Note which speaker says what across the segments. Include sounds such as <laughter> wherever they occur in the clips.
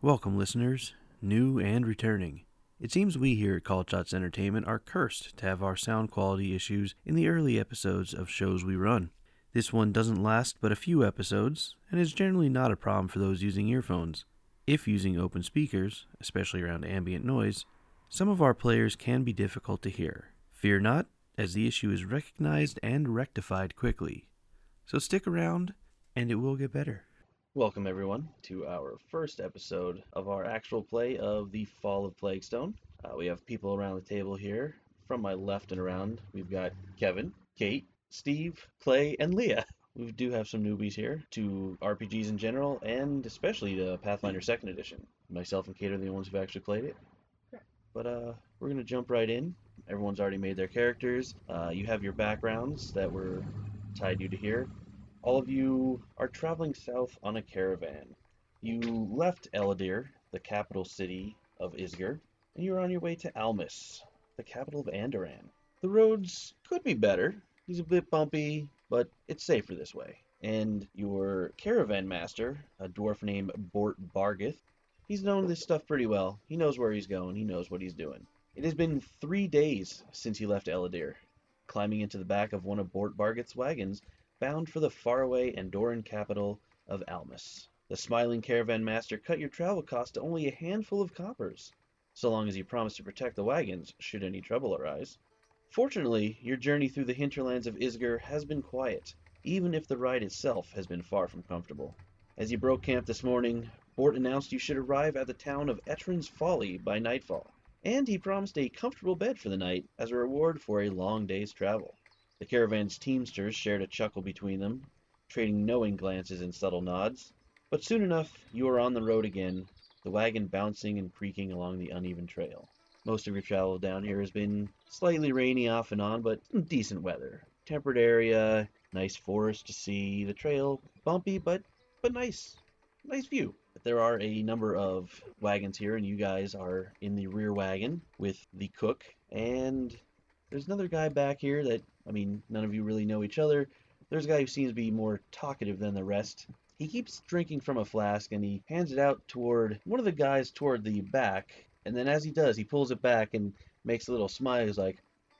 Speaker 1: Welcome, listeners, new and returning. It seems we here at Call Shots Entertainment are cursed to have our sound quality issues in the early episodes of shows we run. This one doesn't last but a few episodes and is generally not a problem for those using earphones. If using open speakers, especially around ambient noise, some of our players can be difficult to hear. Fear not, as the issue is recognized and rectified quickly. So stick around, and it will get better. Welcome, everyone, to our first episode of our actual play of The Fall of Plaguestone. Uh, we have people around the table here. From my left and around, we've got Kevin, Kate, Steve, Clay, and Leah. We do have some newbies here to RPGs in general, and especially to Pathfinder 2nd Edition. Myself and Kate are the ones who've actually played it. But uh, we're going to jump right in. Everyone's already made their characters. Uh, you have your backgrounds that were tied you to here all of you are traveling south on a caravan. You left Eladir, the capital city of Isgir, and you're on your way to Almus, the capital of Andoran. The roads could be better. He's a bit bumpy, but it's safer this way. And your caravan master, a dwarf named Bort Bargith, he's known this stuff pretty well. He knows where he's going, he knows what he's doing. It has been three days since he left Eladir. Climbing into the back of one of Bort Bargith's wagons, bound for the faraway Andoran capital of Almas. The smiling caravan master cut your travel cost to only a handful of coppers, so long as you promised to protect the wagons should any trouble arise. Fortunately, your journey through the hinterlands of Isgir has been quiet, even if the ride itself has been far from comfortable. As you broke camp this morning, Bort announced you should arrive at the town of Etrin's Folly by nightfall, and he promised a comfortable bed for the night as a reward for a long day's travel. The caravan's teamsters shared a chuckle between them, trading knowing glances and subtle nods. But soon enough, you are on the road again, the wagon bouncing and creaking along the uneven trail. Most of your travel down here has been slightly rainy off and on, but decent weather. Temperate area, nice forest to see, the trail bumpy but but nice. Nice view. There are a number of wagons here, and you guys are in the rear wagon with the cook and there's another guy back here that I mean, none of you really know each other. There's a guy who seems to be more talkative than the rest. He keeps drinking from a flask and he hands it out toward one of the guys toward the back. And then as he does, he pulls it back and makes a little smile. He's like,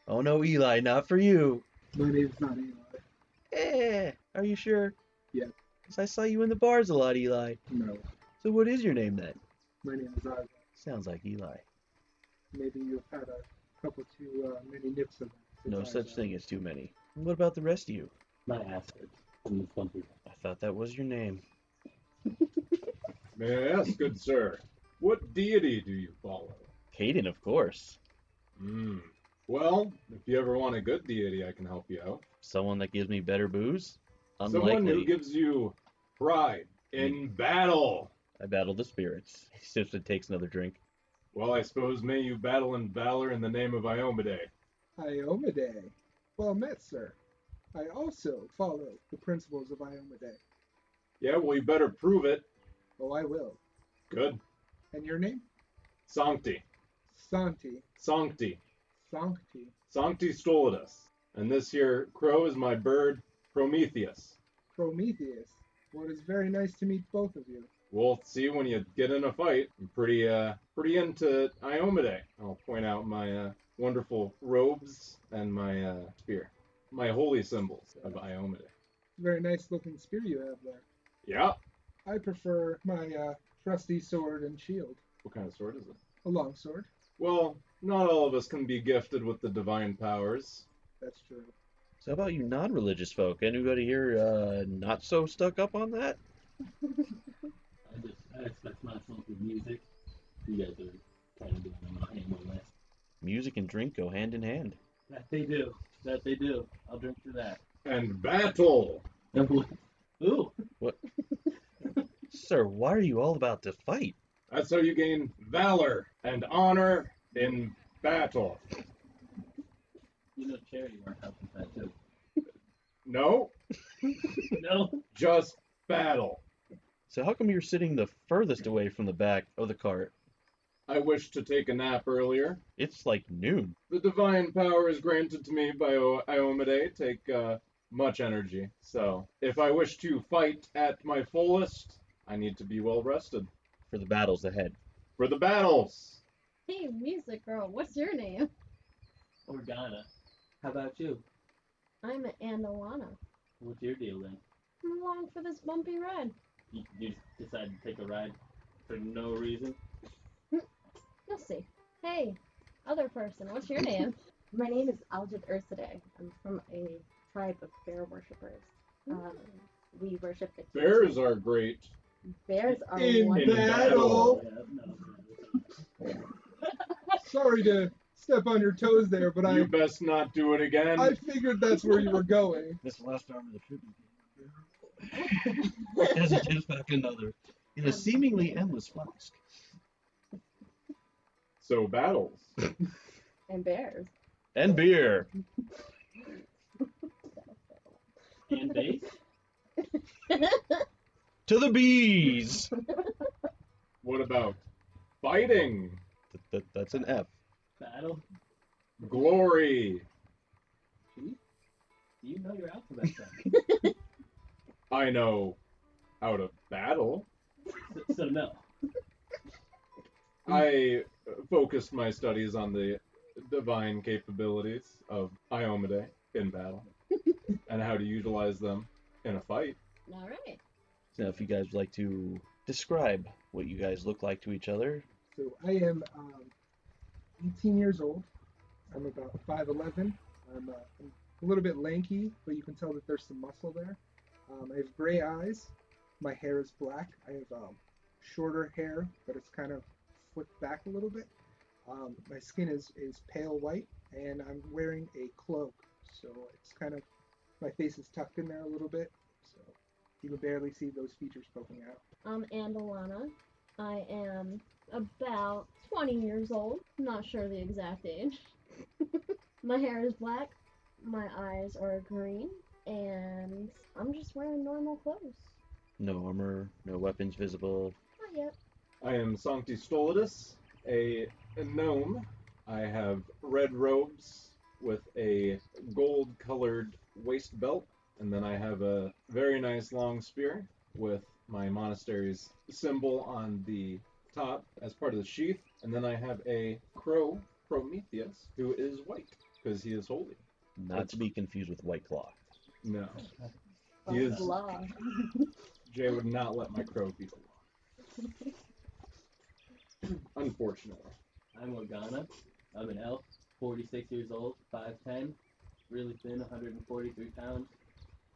Speaker 1: "Oh no, Eli, not for you."
Speaker 2: My name's not Eli.
Speaker 1: Eh? Are you sure?
Speaker 2: Yeah.
Speaker 1: 'Cause I saw you in the bars a lot, Eli.
Speaker 2: No.
Speaker 1: So what is your name then?
Speaker 2: My name is Ivan.
Speaker 1: Sounds like Eli.
Speaker 2: Maybe you've had a couple too uh, many nips of it.
Speaker 1: No such thing as too many. And What about the rest of you?
Speaker 3: My ass hurts from the thumping.
Speaker 1: I thought that was your name.
Speaker 4: May I ask, good sir, what deity do you follow?
Speaker 1: Caden, of course.
Speaker 4: Hmm. Well, if you ever want a good deity, I can help you out.
Speaker 1: Someone that gives me better booze? Unlikely.
Speaker 4: Someone who gives you pride in battle.
Speaker 1: I battle the spirits. <laughs> He sips and takes another drink.
Speaker 4: Well, I suppose may you battle in valor in the name of Iomade.
Speaker 2: Iomade. Well met, sir. I also follow the principles of Iomade.
Speaker 4: Yeah, well, you better prove it.
Speaker 2: Oh, I will.
Speaker 4: Good.
Speaker 2: And your name?
Speaker 4: Sancti.
Speaker 2: Santi.
Speaker 4: Sancti.
Speaker 2: Sancti.
Speaker 4: Sancti Stolidus. And this here crow is my bird, Prometheus.
Speaker 2: Prometheus. Well, it is very nice to meet both of you.
Speaker 4: We'll see when you get in a fight. I'm pretty uh pretty into Iomade. I'll point out my uh, wonderful robes and my uh, spear, my holy symbols of Iomade.
Speaker 2: Very nice looking spear you have there.
Speaker 4: Yeah.
Speaker 2: I prefer my uh, trusty sword and shield.
Speaker 4: What kind of sword is it?
Speaker 2: A long sword.
Speaker 4: Well, not all of us can be gifted with the divine powers.
Speaker 2: That's true.
Speaker 1: So, how about you non religious folk? Anybody here uh, not so stuck up on that?
Speaker 3: I just I expect myself with music. You guys are kind of doing my angle list.
Speaker 1: Music and drink go hand in hand.
Speaker 3: That they do. That they do. I'll drink to that. <laughs>
Speaker 4: And battle.
Speaker 3: Ooh.
Speaker 1: Sir, why are you all about to fight?
Speaker 4: That's how you gain valor and honor in battle.
Speaker 3: You know charity weren't helping with that too.
Speaker 4: No,
Speaker 3: No.
Speaker 4: just battle.
Speaker 1: So, how come you're sitting the furthest away from the back of the cart?
Speaker 4: I wished to take a nap earlier.
Speaker 1: It's like noon.
Speaker 4: The divine power is granted to me by O- Iomade, take uh, much energy. So, if I wish to fight at my fullest, I need to be well rested.
Speaker 1: for the battles ahead.
Speaker 4: For the battles!
Speaker 5: Hey, music girl, what's your name?
Speaker 3: Organa. How about you?
Speaker 5: I'm Annalana.
Speaker 3: What's your deal then?
Speaker 5: Come along for this bumpy ride.
Speaker 3: You, you just decided to take a ride for no reason?
Speaker 5: You'll see. Hey, other person, what's your name?
Speaker 6: <laughs> My name is Aljit Ursiday. I'm from a tribe of bear worshippers.
Speaker 5: Hmm.
Speaker 6: Um, we worship the
Speaker 4: Bears are great.
Speaker 6: Bears are
Speaker 2: In
Speaker 6: wonderful.
Speaker 2: battle.
Speaker 3: Yeah, no, no.
Speaker 2: Sorry to step on your toes there, but
Speaker 4: you
Speaker 2: I
Speaker 4: best not do it again.
Speaker 2: I figured that's where you were going.
Speaker 1: This last arm of the tribute <laughs> as it tips back another in a seemingly endless flask.
Speaker 4: So battles.
Speaker 6: And bears.
Speaker 1: And beer.
Speaker 3: And base?
Speaker 1: To the bees!
Speaker 4: What about fighting?
Speaker 1: Th- th- that's an F.
Speaker 3: Battle?
Speaker 4: Glory.
Speaker 3: Do you know your alphabet then?
Speaker 4: I know how to battle.
Speaker 3: so, so no.
Speaker 4: I focused my studies on the divine capabilities of Iomade in battle and how to utilize them in a fight.
Speaker 5: All right.
Speaker 1: So if you guys would like to describe what you guys look like to each other,
Speaker 2: So I am um, 18 years old. I'm about 5'11. I'm, uh, I'm a little bit lanky, but you can tell that there's some muscle there. Um, I have gray eyes. My hair is black. I have um, shorter hair, but it's kind of flipped back a little bit. Um, my skin is, is pale white, and I'm wearing a cloak. So it's kind of, my face is tucked in there a little bit. So you can barely see those features poking out.
Speaker 5: I'm Andalana. I am about 20 years old. Not sure the exact age. <laughs> my hair is black. My eyes are green. And I'm just wearing normal clothes.
Speaker 1: no armor, no weapons visible.
Speaker 5: Not yet.
Speaker 4: I am Sancti Stolidus, a gnome. I have red robes with a gold colored waist belt, and then I have a very nice long spear with my monastery's symbol on the top as part of the sheath, and then I have a crow, Prometheus, who is white because he is holy.
Speaker 1: Not to be confused with White Claw.
Speaker 4: No,
Speaker 6: Oh,
Speaker 4: Yes.
Speaker 6: blah.
Speaker 4: Jay would not let my crow be alone. Unfortunately.
Speaker 3: I'm Organa. I'm an elf, 46 years old, 5'10, really thin, 143 pounds,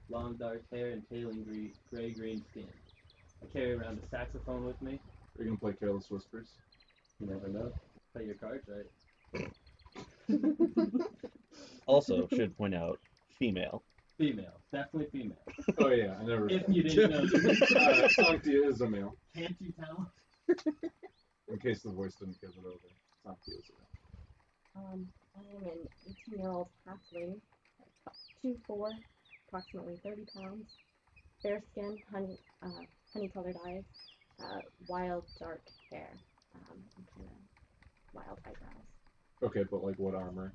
Speaker 3: long dark hair and paling gray, gray green skin. I carry around a saxophone with me.
Speaker 4: Are you going to play Careless Whispers?
Speaker 3: You never know. Play your cards right.
Speaker 6: Um,
Speaker 1: Also, should point out, female.
Speaker 3: Female, definitely female.
Speaker 4: Oh yeah, I never.
Speaker 3: <laughs> If you didn't know,
Speaker 4: uh, Sanctia is a male.
Speaker 3: <laughs> can't you tell?
Speaker 4: In case the voice didn't give it over, Sanctia is a male.
Speaker 6: Um, I am an 18 year old halfling, 2'4, approximately 30 pounds, fair skin, honey, uh, honey colored eyes, uh, wild dark hair, um, and kind of wild eyebrows,
Speaker 4: Okay, but like what armor?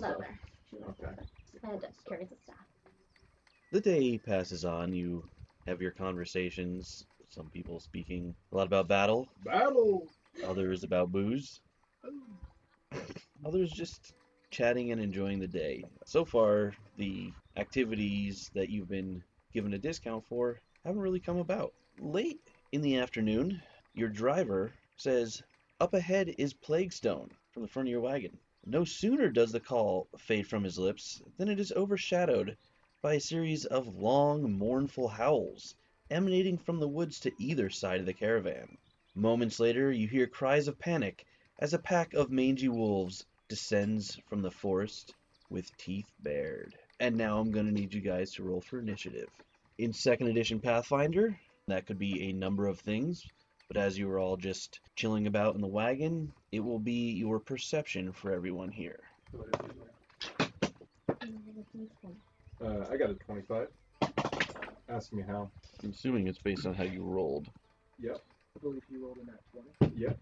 Speaker 6: leather, she wears
Speaker 4: Okay.
Speaker 6: leather, and carries a staff.
Speaker 1: The day passes on, you have your conversations, some people speaking a lot about battle,
Speaker 4: Battle.
Speaker 1: others about booze, others just chatting and enjoying the day. So far, the activities that you've been given a discount for haven't really come about. Late in the afternoon, your driver says, Up ahead is Plaguestone from the front of your wagon. No sooner does the call fade from his lips than it is overshadowed by a series of long, mournful howls emanating from the woods to either side of the caravan. Moments later, you hear cries of panic as a pack of mangy wolves descends from the forest with teeth bared. And now I'm going to need you guys to roll for initiative. In second edition Pathfinder, that could be a number of things, but as you were all just chilling about in the wagon, it will be your perception for everyone here.
Speaker 4: Uh, I got a twenty-five. Ask me how.
Speaker 1: I'm assuming it's based on how you rolled.
Speaker 2: I believe you rolled in that 20.
Speaker 4: Yep.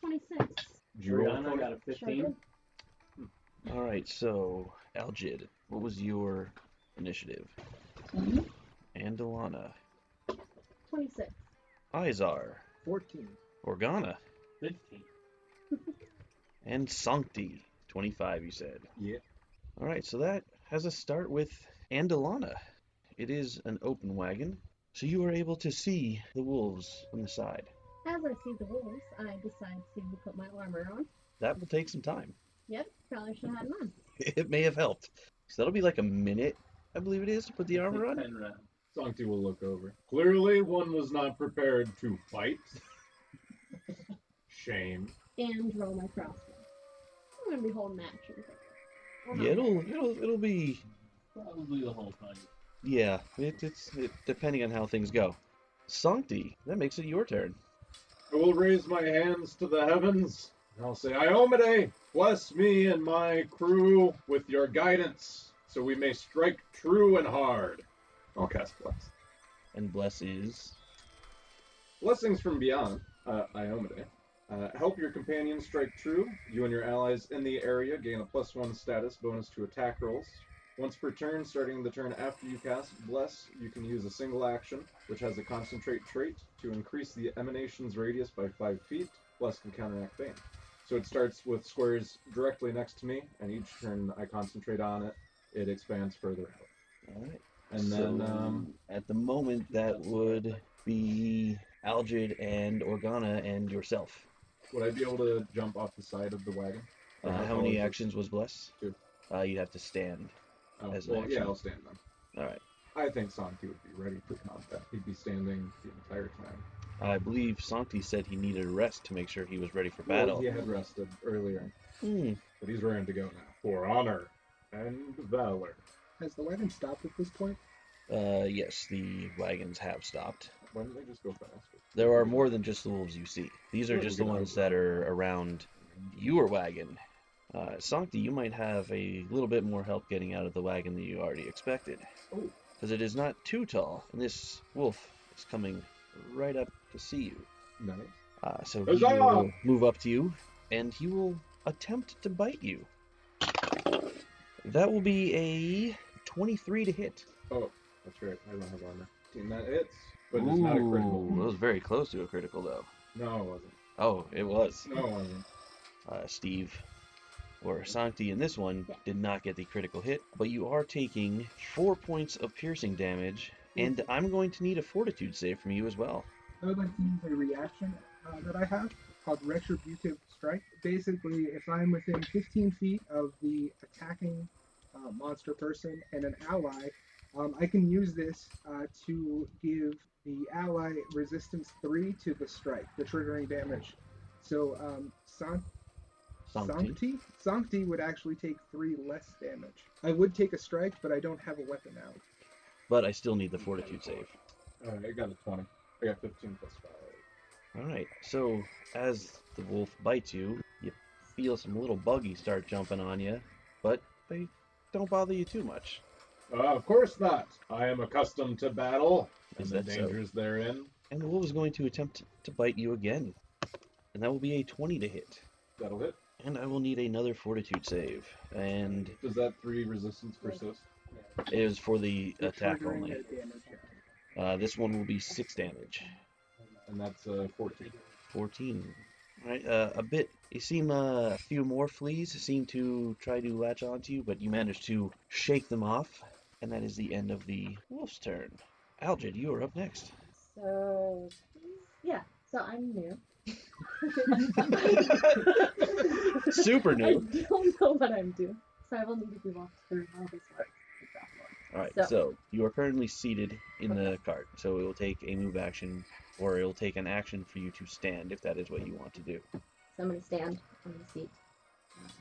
Speaker 5: 26.
Speaker 4: Did you roll a
Speaker 3: Organa
Speaker 4: 20?
Speaker 3: got a 15.
Speaker 1: All right, so Aljid, what was your initiative? And Delana,
Speaker 5: 26.
Speaker 1: Izar,
Speaker 2: 14.
Speaker 1: Organa,
Speaker 3: 15.
Speaker 1: and Sancti. 25, you said.
Speaker 4: Yeah.
Speaker 1: All right, so that has us start with Andalana. It is an open wagon, so you are able to see the wolves on the side.
Speaker 5: As I see the wolves, I decide to put my armor on.
Speaker 1: That will take some time. <laughs>
Speaker 5: Yep, probably should have had mine.
Speaker 1: It may have helped. So that'll be like a minute, I believe it is, to put the
Speaker 3: Took
Speaker 1: armor on.
Speaker 3: <laughs> 10 rounds.
Speaker 4: Sancti will look over. Clearly, one was not prepared to fight. <laughs> Shame.
Speaker 5: And roll my crossbow. I'm gonna be holding that tree. Or
Speaker 1: Yeah,
Speaker 5: not.
Speaker 1: it'll it'll it'll be
Speaker 3: Probably the whole fight.
Speaker 1: yeah. It, it's it, depending on how things go. Sancti, that makes it your turn.
Speaker 4: I will raise my hands to the heavens, and I'll say, Iomade, bless me and my crew with your guidance, so we may strike true and hard. I'll cast Bless.
Speaker 1: And bless is
Speaker 4: Blessings from beyond, uh, Iomade. Uh, help your companion strike true. You and your allies in the area gain a plus one status bonus to attack rolls. Once per turn, starting the turn after you cast Bless, you can use a single action, which has a concentrate trait, to increase the emanation's radius by 5 feet. Bless can counteract Bane. So it starts with squares directly next to me, and each turn I concentrate on it, it expands further out.
Speaker 1: all right.
Speaker 4: And then, um,
Speaker 1: at the moment, that would be Algid and Organa and yourself.
Speaker 4: would I be able to jump off the side of the wagon? Or
Speaker 1: Uh,
Speaker 4: how
Speaker 1: how
Speaker 4: tall
Speaker 1: many
Speaker 4: is it?
Speaker 1: actions was bless?
Speaker 4: Two.
Speaker 1: Uh, you'd have to stand.
Speaker 4: Oh,
Speaker 1: as an
Speaker 4: well, yeah,
Speaker 1: action.
Speaker 4: I'll stand then.
Speaker 1: All right.
Speaker 4: I think Sankey would be ready for combat. He'd be standing the entire time.
Speaker 1: I believe Sancti said he needed a rest to make sure he was ready for
Speaker 4: Well,
Speaker 1: battle.
Speaker 4: he had rested earlier,
Speaker 1: Hmm.
Speaker 4: but he's raring to go now. For honor and valor.
Speaker 2: Has the wagon stopped at this point?
Speaker 1: Uh, yes, the wagons have stopped.
Speaker 4: Why did I just go faster?
Speaker 1: There are more than just the wolves you see. These are
Speaker 4: Sure,
Speaker 1: just the
Speaker 4: we can
Speaker 1: ones
Speaker 4: over-
Speaker 1: that are around your wagon. Uh, Sancti, you might have a little bit more help getting out of the wagon than you already expected.
Speaker 4: Oh.
Speaker 1: Because it is not too tall, and this wolf is coming right up to see you.
Speaker 4: Nice.
Speaker 1: Uh, so he
Speaker 4: Huzzah!
Speaker 1: will move up to you, and he will attempt to bite you. That will be a 23 to hit.
Speaker 4: Oh, that's right. I don't have armor. And that hits, but it's not a
Speaker 1: Ooh, That
Speaker 4: critical.
Speaker 1: was very close to a critical, though.
Speaker 4: No, it wasn't.
Speaker 1: Oh, it was.
Speaker 4: No, it wasn't.
Speaker 1: Uh, Steve or Sancti in this one
Speaker 5: Yeah.
Speaker 1: did not get the critical hit, but you are taking four points of piercing damage, and I'm going to need a fortitude save from you as well.
Speaker 2: I would like to use a reaction uh, that I have called Retributive Strike. Basically, if I'm within 15 feet of the attacking uh, monster person and an ally, um, I can use this uh, to give the ally resistance 3 to the strike, the triggering damage. So, um, San-
Speaker 1: Sancti.
Speaker 2: Sancti? Sancti would actually take 3 less damage. I would take a strike, but I don't have a weapon out.
Speaker 1: But I still need the fortitude save.
Speaker 4: Uh, I got a 20. I got 15 plus 5.
Speaker 1: All right. So as the wolf bites you, you feel some little buggies start jumping on you, but they don't bother you too much.
Speaker 4: Uh, of course not. I am accustomed to battle and
Speaker 1: Is
Speaker 4: the
Speaker 1: that so?
Speaker 4: dangers therein.
Speaker 1: And the wolf is going to attempt to bite you again, and that will be a 20 to hit.
Speaker 4: That'll hit.
Speaker 1: And I will need another fortitude save, and
Speaker 4: Does that 3 resistance persist?
Speaker 1: it is for the
Speaker 2: The
Speaker 1: attack
Speaker 2: triggering
Speaker 1: only.
Speaker 2: that damage, yeah.
Speaker 1: Uh, this one will be six damage.
Speaker 4: And that's uh, 14.
Speaker 1: 14. Right, uh, a bit. You seem uh, a few more fleas seem to try to latch onto you, but you manage to shake them off, and that is the end of the wolf's turn. Algid, you are up next.
Speaker 6: So, yeah. So I'm new.
Speaker 1: Super
Speaker 6: I <laughs>
Speaker 1: new.
Speaker 6: don't know what I'm doing. So I will need to be walked through how this works. exactly.
Speaker 1: All right,
Speaker 6: So-
Speaker 1: so you are currently seated in the cart, so it will take a move action, or it will take an action for you to stand if that is what you want to do.
Speaker 6: So I'm gonna stand on the seat.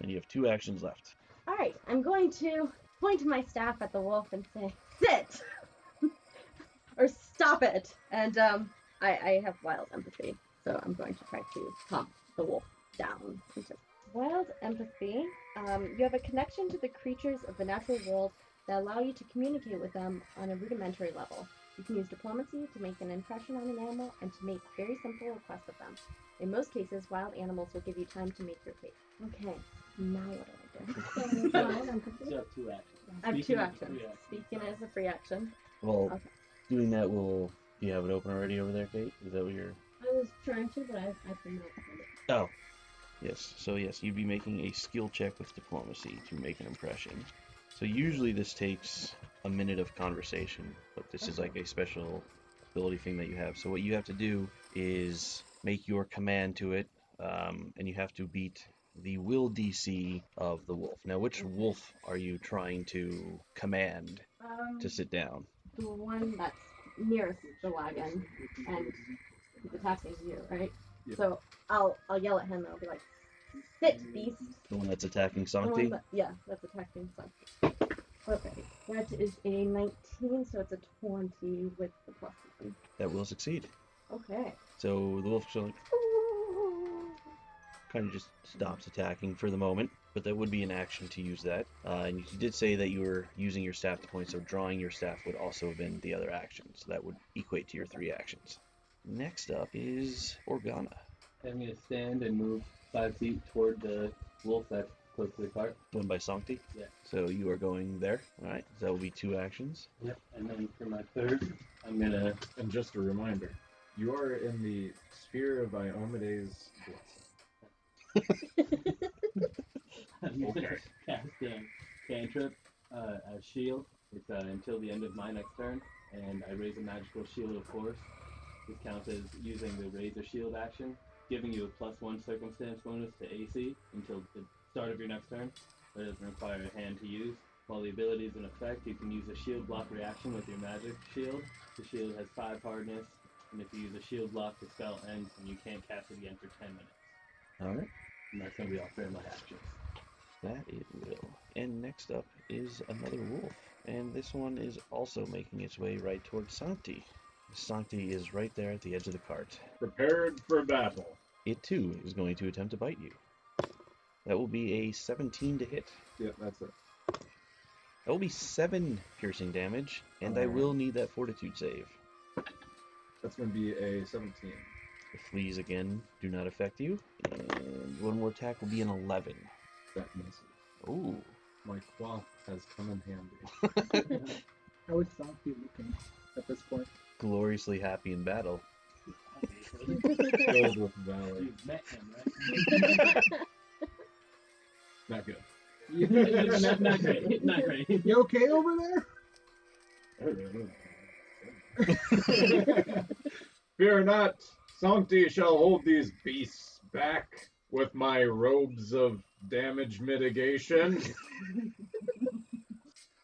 Speaker 1: And you have two actions left.
Speaker 6: All right, I'm going to point my staff at the wolf and say, "Sit," <laughs> or "Stop it." And um, I, I have wild empathy, so I'm going to try to calm the wolf down. and just- Wild empathy. Um, you have a connection to the creatures of the natural world that allow you to communicate with them on a rudimentary level. You can use diplomacy to make an impression on an animal and to make very simple requests of them. In most cases, wild animals will give you time to make your case. Okay, now what do I do?
Speaker 5: So, wild empathy.
Speaker 3: You have two actions.
Speaker 6: I have two
Speaker 3: Speaking as a
Speaker 6: actions.
Speaker 3: free action.
Speaker 6: Speaking as a free action.
Speaker 1: Well,
Speaker 6: Okay.
Speaker 1: doing that will. Do you have it open already over there, Kate? Is that what you're.
Speaker 6: I
Speaker 5: was trying to, but I, I could not find it.
Speaker 1: Oh. Yes, so yes, you'd be making a skill check with diplomacy to make an impression. So usually this takes a minute of conversation, but this is like a special ability thing that you have. So what you have to do is make your command to it, um, and you have to beat the will DC of the wolf. Now, which wolf are you trying to command
Speaker 6: Um,
Speaker 1: to sit down?
Speaker 6: the one that's nearest the wagon and he's attacking you, right?
Speaker 4: Yep.
Speaker 6: So I'll I'll yell at him and I'll be like, "Sit, beast!"
Speaker 1: The one that's attacking
Speaker 6: The one
Speaker 1: Santi?
Speaker 6: that- yeah, that's attacking Santi. Okay, that is a 19, so it's a 20 with the plus one.
Speaker 1: That will succeed.
Speaker 6: Okay.
Speaker 1: So the wolf like, kind of just stops attacking for the moment, but that would be an action to use that. Uh, and you did say that you were using your staff to point, so drawing your staff would also have been the other action, so that would equate to your three actions. Next up is Organa.
Speaker 3: I'm gonna stand and move five feet toward the wolf that's close to the cart.
Speaker 1: One by Sancti.
Speaker 3: Yeah.
Speaker 1: So you are going there. All right. So that will be two actions.
Speaker 3: Yep. And then for my third, I'm gonna
Speaker 4: And just a reminder, you are in the sphere of Iomede's blessing.
Speaker 3: I'm gonna
Speaker 4: Okay.
Speaker 3: cast a cantrip, uh, a shield. It's uh, until the end of my next turn, and I raise a magical shield of force. This counts as using the razor shield action, giving you a plus one circumstance bonus to AC until the start of your next turn. That doesn't require a hand to use. While the ability is in effect, you can use a shield block reaction with your magic shield. The shield has five hardness, and if you use a shield block, the spell ends, and you can't cast it again for ten minutes.
Speaker 1: All right.
Speaker 3: And that's gonna be all three of my actions.
Speaker 1: That it will. And next up is another wolf. And this one is also making its way right towards Santi. Santi is right there at the edge of the cart.
Speaker 4: Prepared for battle.
Speaker 1: It too is going to attempt to bite you. That will be a 17 to hit.
Speaker 4: Yeah, that's it.
Speaker 1: That will be 7 piercing damage, and I
Speaker 4: Alright.
Speaker 1: will need that fortitude save.
Speaker 4: That's going to be a 17.
Speaker 1: The fleas again do not affect you. And one more attack will be an 11.
Speaker 4: That misses.
Speaker 1: Ooh.
Speaker 4: My cloth has come in <laughs> handy.
Speaker 2: How is Santi looking at this point?
Speaker 1: Gloriously happy in battle.
Speaker 3: Obviously.
Speaker 6: <laughs>
Speaker 4: Filled with valor.
Speaker 3: You've met him, right?
Speaker 4: Not good.
Speaker 2: You,
Speaker 3: not, not great. Not great.
Speaker 2: you okay over there?
Speaker 4: <laughs> Fear not, Sancti shall hold these beasts back with my robes of damage mitigation.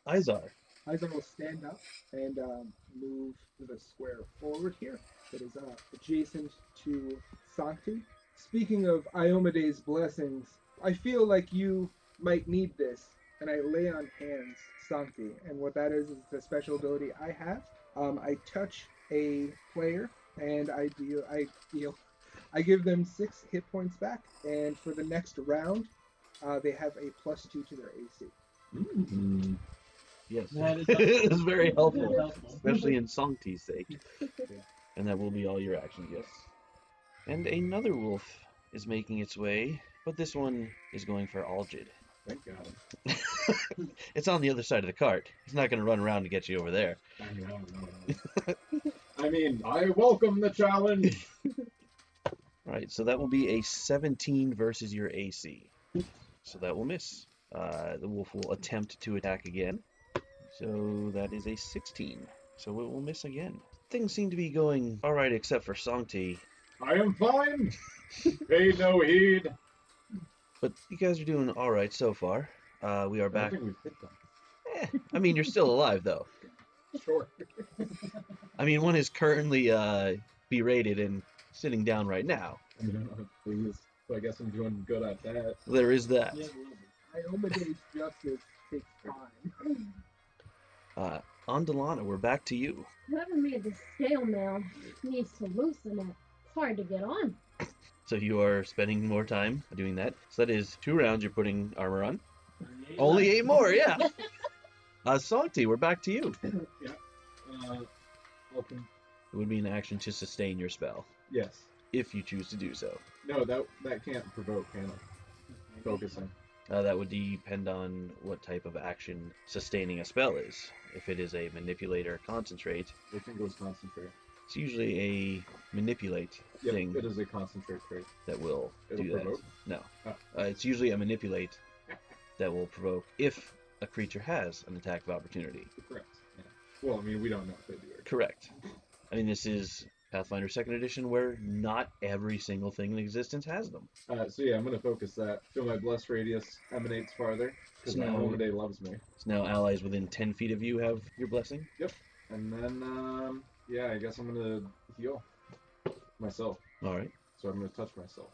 Speaker 1: Izar.
Speaker 2: Izar will stand up and um, move the square forward here that is uh, adjacent to Santi. Speaking of Iomede's blessings, I feel like you might need this, and I lay on hands Santi. And what that is is the special ability I have. Um, I touch a player, and I deal. I deal. I give them six hit points back, and for the next round, uh, they have a plus two to their AC.
Speaker 4: Mm.
Speaker 1: Yes. <laughs>
Speaker 3: That is
Speaker 1: it is very helpful.
Speaker 3: helpful.
Speaker 1: especially in Songti's sake. And that will be all your actions, yes. And another wolf is making its way, but this one is going for Algid.
Speaker 4: Thank God.
Speaker 1: It's on the other side of the cart. It's not going to run around to get you over there.
Speaker 4: I know, I know. Mm-hmm. I mean, I welcome the challenge.
Speaker 1: All right, so that will be a 17 versus your AC. So that will miss. Uh, the wolf will attempt to attack again. So that is a 16. So it will miss again. Things seem to be going all right, except for Songti.
Speaker 4: I am fine. Pay no heed.
Speaker 1: But you guys are doing all right so far. Uh, we are
Speaker 4: I
Speaker 1: back
Speaker 4: think we've hit them.
Speaker 1: Eh, I mean, you're still alive, though.
Speaker 4: Sure.
Speaker 1: I mean, one is currently uh, berated and sitting down right now.
Speaker 4: I mean, I'm pleased. So I guess I'm doing good at that.
Speaker 1: There is that.
Speaker 3: Yeah, well,
Speaker 2: Iomede's justice takes time.
Speaker 1: Uh, Andalana, we're back to you.
Speaker 5: Whoever made the scale mail needs to loosen it. It's hard to get on.
Speaker 1: So you are spending more time doing that. So that is two rounds you're putting armor on.
Speaker 3: yeah.
Speaker 1: Only eight more, <laughs> yeah. Uh, Songti, we're back to you.
Speaker 4: Uh, welcome.
Speaker 1: It would be an action to sustain your spell,
Speaker 4: Yes.
Speaker 1: if you choose to do so.
Speaker 4: No, that that can't provoke, can it? Focusing.
Speaker 1: Uh, that would depend on what type of action sustaining a spell is. If it is a manipulator, concentrate,
Speaker 4: I think it was concentrate.
Speaker 1: It's usually a manipulate
Speaker 4: Yep,
Speaker 1: thing
Speaker 4: it is a concentrate trait.
Speaker 1: that will
Speaker 4: It'll
Speaker 1: do that.
Speaker 4: provoke?
Speaker 1: No.
Speaker 4: Oh.
Speaker 1: Uh, it's usually a manipulate that will provoke if a creature has an attack of opportunity.
Speaker 4: Correct. Yeah. Well, I mean, we don't know if they do it.
Speaker 1: Correct. I mean, this is Pathfinder Second Edition, where not every single thing in existence has them.
Speaker 4: Uh, so yeah, I'm gonna focus that. So my bless radius emanates farther because my
Speaker 1: So-
Speaker 4: Omade loves me.
Speaker 1: So now allies within ten feet of you have your blessing.
Speaker 4: And then, um, yeah, I guess I'm gonna heal myself.
Speaker 1: All right.
Speaker 4: So I'm gonna touch myself.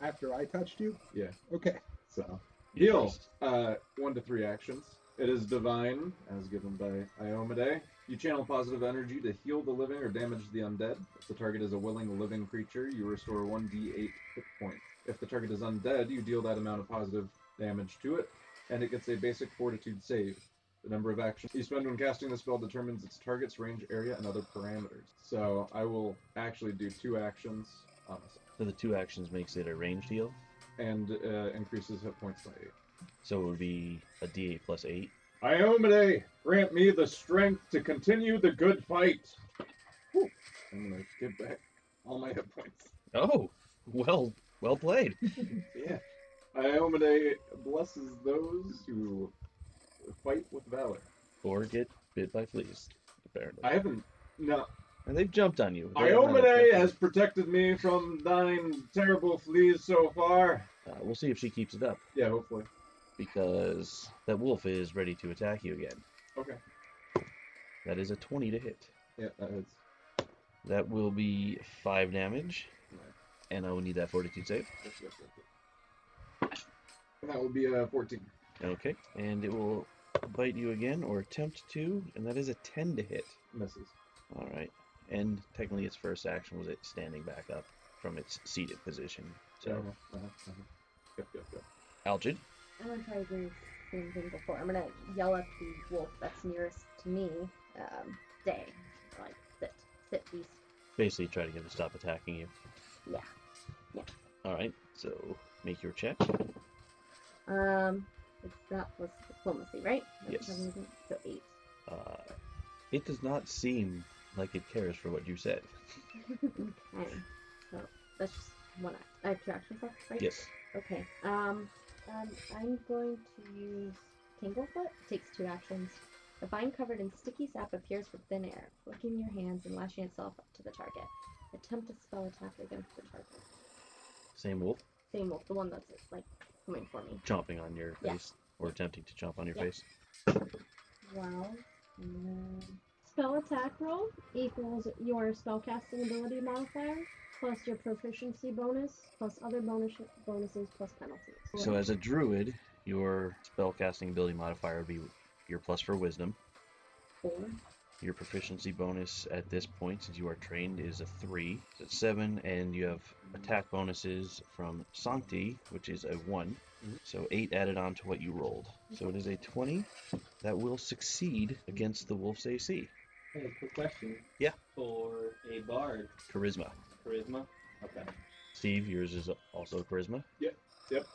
Speaker 2: After I touched you?
Speaker 4: Yeah.
Speaker 2: Okay.
Speaker 4: So
Speaker 1: You
Speaker 4: heal.
Speaker 1: first.
Speaker 4: Uh, one to three actions. It is divine, as given by Iomade. You channel positive energy to heal the living or damage the undead. If the target is a willing living creature, you restore 1d8 hit point. If the target is undead, you deal that amount of positive damage to it, and it gets a basic fortitude save. The number of actions you spend when casting the spell determines its target's range, area, and other parameters. So I will actually do two actions, honestly,
Speaker 1: So the two actions makes it a ranged heal.
Speaker 4: and uh, increases hit points by eight.
Speaker 1: So it would be a D8 plus eight.
Speaker 4: Iomade, grant me the strength to continue the good fight. Whew. I'm gonna get back all my <laughs> hit points.
Speaker 1: Oh, well, well played.
Speaker 4: Yeah. Iomade blesses those who fight with valor.
Speaker 1: or get bit by fleas. Apparently,
Speaker 4: I haven't. No.
Speaker 1: and they've jumped on you. They haven't had
Speaker 4: Iomade
Speaker 1: a-
Speaker 4: has protected me from thine terrible fleas so far.
Speaker 1: Uh, we'll see if she keeps it up
Speaker 4: Yeah, hopefully.
Speaker 1: because that wolf is ready to attack you again.
Speaker 4: Okay.
Speaker 1: That is a twenty to hit.
Speaker 4: Yeah, that hits.
Speaker 1: That will be five damage,
Speaker 4: Right.
Speaker 1: and I will need that fortitude save.
Speaker 4: Yes, yes, yes, yes. That will be uh, a 14.
Speaker 1: Okay, and it will bite you again or attempt to, and that is a ten to hit.
Speaker 4: Misses.
Speaker 1: All right, and technically its first action was it standing back up from its seated position. So,
Speaker 4: Uh-huh, uh-huh, uh-huh. Yep, yep, yep.
Speaker 1: Algid,
Speaker 6: I'm gonna try to do the same thing before. I'm gonna yell at the wolf that's nearest to me. Um, stay. Like, sit. Sit, beast.
Speaker 1: basically try to get it to stop attacking you.
Speaker 6: Yeah. Yeah.
Speaker 1: All right, so make your check.
Speaker 6: Um, it's not plus diplomacy, right? That's
Speaker 1: Yes.
Speaker 6: amazing. So eight.
Speaker 1: Uh, it does not seem like it cares for what you said.
Speaker 6: okay. So that's just one act. I have two actions left, right?
Speaker 1: Yes.
Speaker 6: Okay. Um, um, I'm going to use Tanglefoot. Takes two actions. A vine covered in sticky sap appears from thin air, flicking your hands and lashing itself up to the target. Attempt a spell attack against the target.
Speaker 1: Same wolf
Speaker 6: Same wolf, the one that's like coming for me.
Speaker 1: chomping on your
Speaker 6: Yeah.
Speaker 1: face or attempting to chomp on your
Speaker 6: Yeah.
Speaker 1: face.
Speaker 6: Wow. Mm,
Speaker 5: Spell attack roll equals your spellcasting ability modifier plus your proficiency bonus plus other bonus bonuses plus penalties.
Speaker 1: So as a druid, your spellcasting ability modifier would be your plus for wisdom.
Speaker 6: four.
Speaker 1: Your proficiency bonus at this point, since you are trained, is a three. So it's seven, and you have attack bonuses from Sancti, which is a one.
Speaker 2: Mm-hmm.
Speaker 4: Mhm.
Speaker 1: So eight added on to what you rolled. So it is a twenty. That will succeed against the wolf's AC.
Speaker 3: Hey, quick question.
Speaker 1: Yeah.
Speaker 3: For a bard,
Speaker 1: Charisma.
Speaker 3: charisma. Okay.
Speaker 1: Steve, yours is also charisma,
Speaker 4: Yep, yep.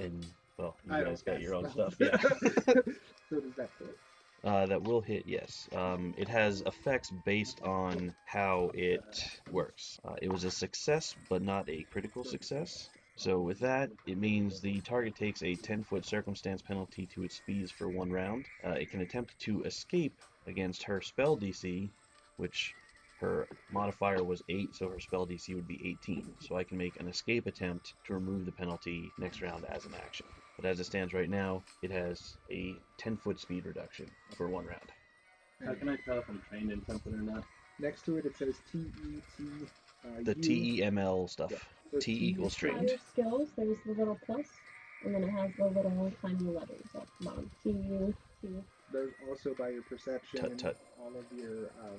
Speaker 1: and well, you
Speaker 2: I
Speaker 1: guys
Speaker 2: don't
Speaker 1: got your own
Speaker 2: guess.
Speaker 1: stuff. <laughs> Yeah,
Speaker 2: <laughs> so does that fit?
Speaker 1: uh, that will hit. Yes, um, it has effects based on how it works. Uh, it was a success, but not a critical success. So with that, it means the target takes a 10-foot circumstance penalty to its speeds for one round. Uh, it can attempt to escape against her spell DC, which her modifier was 8, so her spell DC would be 18. So I can make an escape attempt to remove the penalty next round as an action. But as it stands right now, it has a 10 foot speed reduction for one round.
Speaker 3: How can I tell if I'm trained in something or not?
Speaker 2: Next to it, it says T E T. uh,
Speaker 1: The
Speaker 2: U.
Speaker 1: TEML stuff.
Speaker 2: Yeah. So
Speaker 1: T
Speaker 2: T
Speaker 1: equals
Speaker 2: T.
Speaker 1: trained.
Speaker 5: Higher skills, there's the little plus, and then it has the little tiny letters at the bottom. T U T.
Speaker 2: There's also by your perception,
Speaker 1: Tut, tut.
Speaker 2: all of your um,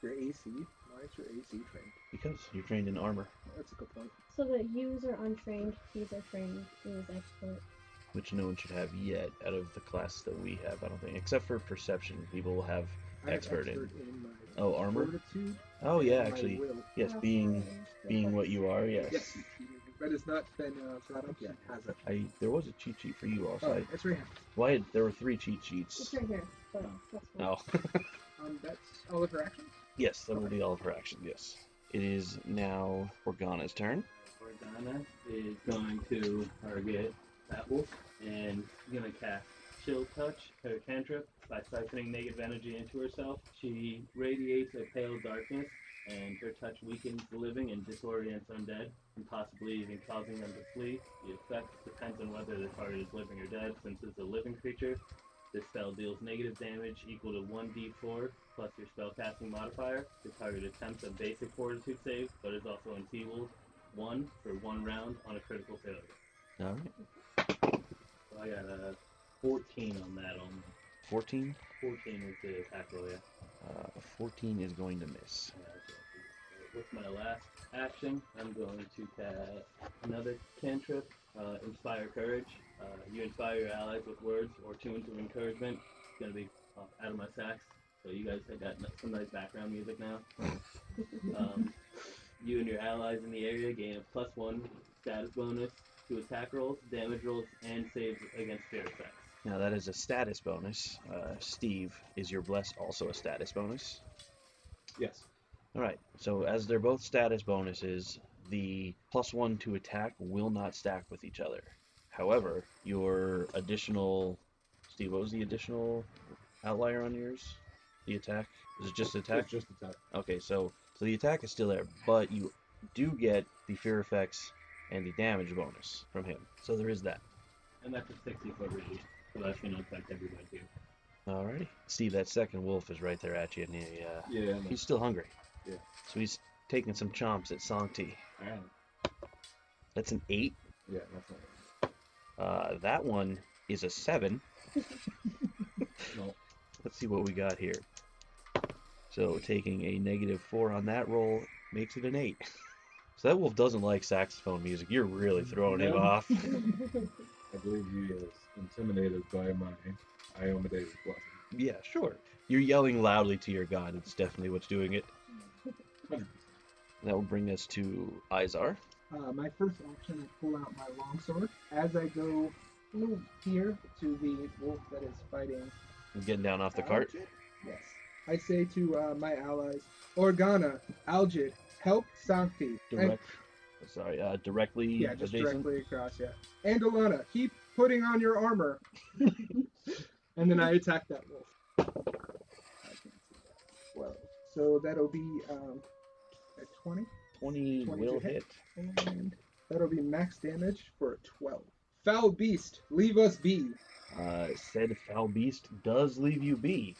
Speaker 2: your AC. Why is your AC trained? Oh,
Speaker 1: Because you're trained in armor,
Speaker 2: That's a good point.
Speaker 5: So the U's are untrained, T's are trained, E is expert.
Speaker 1: which no one should have yet out of the class that we have, I don't think. Except for perception, people will have.
Speaker 2: I have
Speaker 1: Expert in-
Speaker 2: expert in my
Speaker 1: Oh, armor?
Speaker 2: fortitude
Speaker 1: Oh, yeah,
Speaker 2: and my
Speaker 1: actually.
Speaker 2: will.
Speaker 1: Yes,
Speaker 5: Well,
Speaker 1: being
Speaker 5: trained, but
Speaker 1: being
Speaker 5: that's-
Speaker 1: what you are, yes.
Speaker 2: Yes, but it's not been uh, brought up yet, has it?
Speaker 1: I there was a cheat sheet for you also.
Speaker 2: Oh,
Speaker 1: I,
Speaker 2: it's right here.
Speaker 1: why there were three cheat
Speaker 5: It's
Speaker 1: sheets?
Speaker 5: right here. But that's fine.
Speaker 1: Oh,
Speaker 2: Um, that's all of her actions.
Speaker 1: Yes, that will be all of her action. Yes. It is now Organa's turn.
Speaker 3: Organa is going to target Batwolf and gonna cast Chill Touch, her cantrip, by siphoning negative energy into herself. She radiates a pale darkness, and her touch weakens the living and disorients undead, and possibly even causing them to flee. The effect depends on whether the target is living or dead. Since it's a living creature, this spell deals negative damage equal to 1d4 plus your spellcasting modifier. The target attempts a basic fortitude save, but is also enfeebled one for one round on a critical failure.
Speaker 1: All right.
Speaker 3: So I got a 14 on that only.
Speaker 1: 14.
Speaker 3: 14 is the attack roll, yeah.
Speaker 1: Uh, 14 is going to miss.
Speaker 3: Yeah, that's what I did. With my last action, I'm going to cast another cantrip, uh, Inspire Courage. Uh, you inspire your allies with words or tunes of encouragement. It's going to be uh, out of my sacks. So you guys have got n- some nice background music now. um, you and your allies in the area gain a plus one status bonus to attack rolls, damage rolls, and saves against fear effects.
Speaker 1: Now that is a status bonus. Uh, Steve, is your bless also a status bonus?
Speaker 4: Yes.
Speaker 1: All right. So as they're both status bonuses, the plus one to attack will not stack with each other. However, your additional, Steve, what was the additional outlier on yours? The attack is it just attack?
Speaker 4: It's just attack.
Speaker 1: Okay, so so the attack is still there, but you do get the fear effects and the damage bonus from him. So there is that.
Speaker 3: And that's a 60 foot radius. So that's going to affect everybody here.
Speaker 1: Alrighty, Steve, that second wolf is right there at you, and he uh,
Speaker 4: Yeah. no.
Speaker 1: he's still hungry.
Speaker 4: Yeah.
Speaker 1: So he's taking some chomps at Songti.
Speaker 4: Alright.
Speaker 1: That's an eight.
Speaker 4: Yeah, that's not
Speaker 1: Uh, that one is a seven.
Speaker 4: No.
Speaker 1: Let's see what we got here. So taking a negative four on that roll makes it an eight. <laughs> So that wolf doesn't like saxophone music. You're really throwing him
Speaker 4: No.
Speaker 1: off.
Speaker 4: I believe he is intimidated by my Iomede's blessing.
Speaker 1: yeah, sure. You're yelling loudly to your god. It's definitely what's doing it. That will bring us to Izar.
Speaker 2: Uh, my first action, I pull out my longsword. As I go move here to the wolf that is fighting,
Speaker 1: Getting down off the cart.
Speaker 2: yes, I say to uh, my allies, Organa, Algid, help Sancti. And,
Speaker 1: Direct. Sorry, uh, directly
Speaker 2: yeah, just
Speaker 1: adjacent.
Speaker 2: directly across, yeah. And Alana, keep putting on your armor. <laughs> and then I attack that wolf. I can't see that. Well, so that'll be um, at 20.
Speaker 1: 20
Speaker 2: 22
Speaker 1: will
Speaker 2: hit.
Speaker 1: hit.
Speaker 2: And that'll be max damage for a 12. Foul beast, leave us be.
Speaker 1: Uh, said foul beast does leave you be.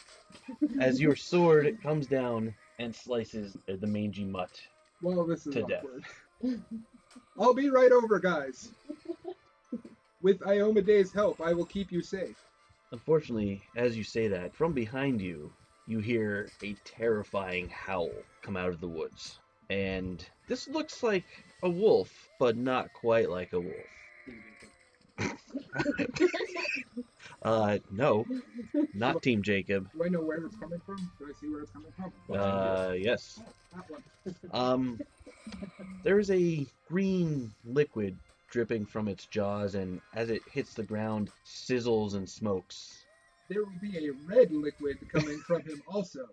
Speaker 1: As your sword comes down and slices the mangy mutt.
Speaker 2: Well, this is
Speaker 1: To death.
Speaker 2: awkward. <laughs> I'll be right over, guys. With Ioma Day's help, I will keep you safe.
Speaker 1: Unfortunately, as you say that, from behind you, you hear a terrifying howl come out of the woods. And this looks like a wolf, but not quite like a wolf. Oh. Uh, no, not Team Jacob.
Speaker 2: Do I know where it's coming from? Do I see where it's coming from?
Speaker 1: Uh, yes.
Speaker 2: That one.
Speaker 1: Um, there is a green liquid dripping from its jaws, and as it hits the ground, sizzles and smokes.
Speaker 2: There will be a red liquid coming from him also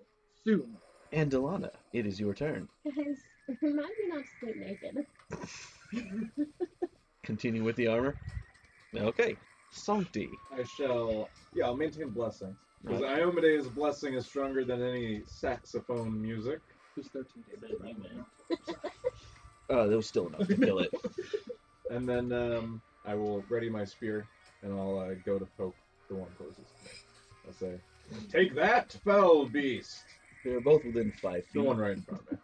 Speaker 2: soon.
Speaker 1: And Delana, it is your turn.
Speaker 5: <laughs> Guys, remind me not to sleep naked.
Speaker 1: Continue with the armor. Okay. Sancti.
Speaker 4: I shall. Yeah, I'll maintain blessing. Because
Speaker 1: Right.
Speaker 4: Iomede's blessing is stronger than any saxophone music.
Speaker 2: Just 13
Speaker 3: Said
Speaker 2: days.
Speaker 3: you, man.
Speaker 1: Oh, that was still enough to kill it.
Speaker 4: And then um, I will ready my spear and I'll uh, go to poke the one closest to me. I'll say, Take that, fell beast!
Speaker 1: They're both within five
Speaker 4: The
Speaker 1: feet.
Speaker 4: one right in front of me.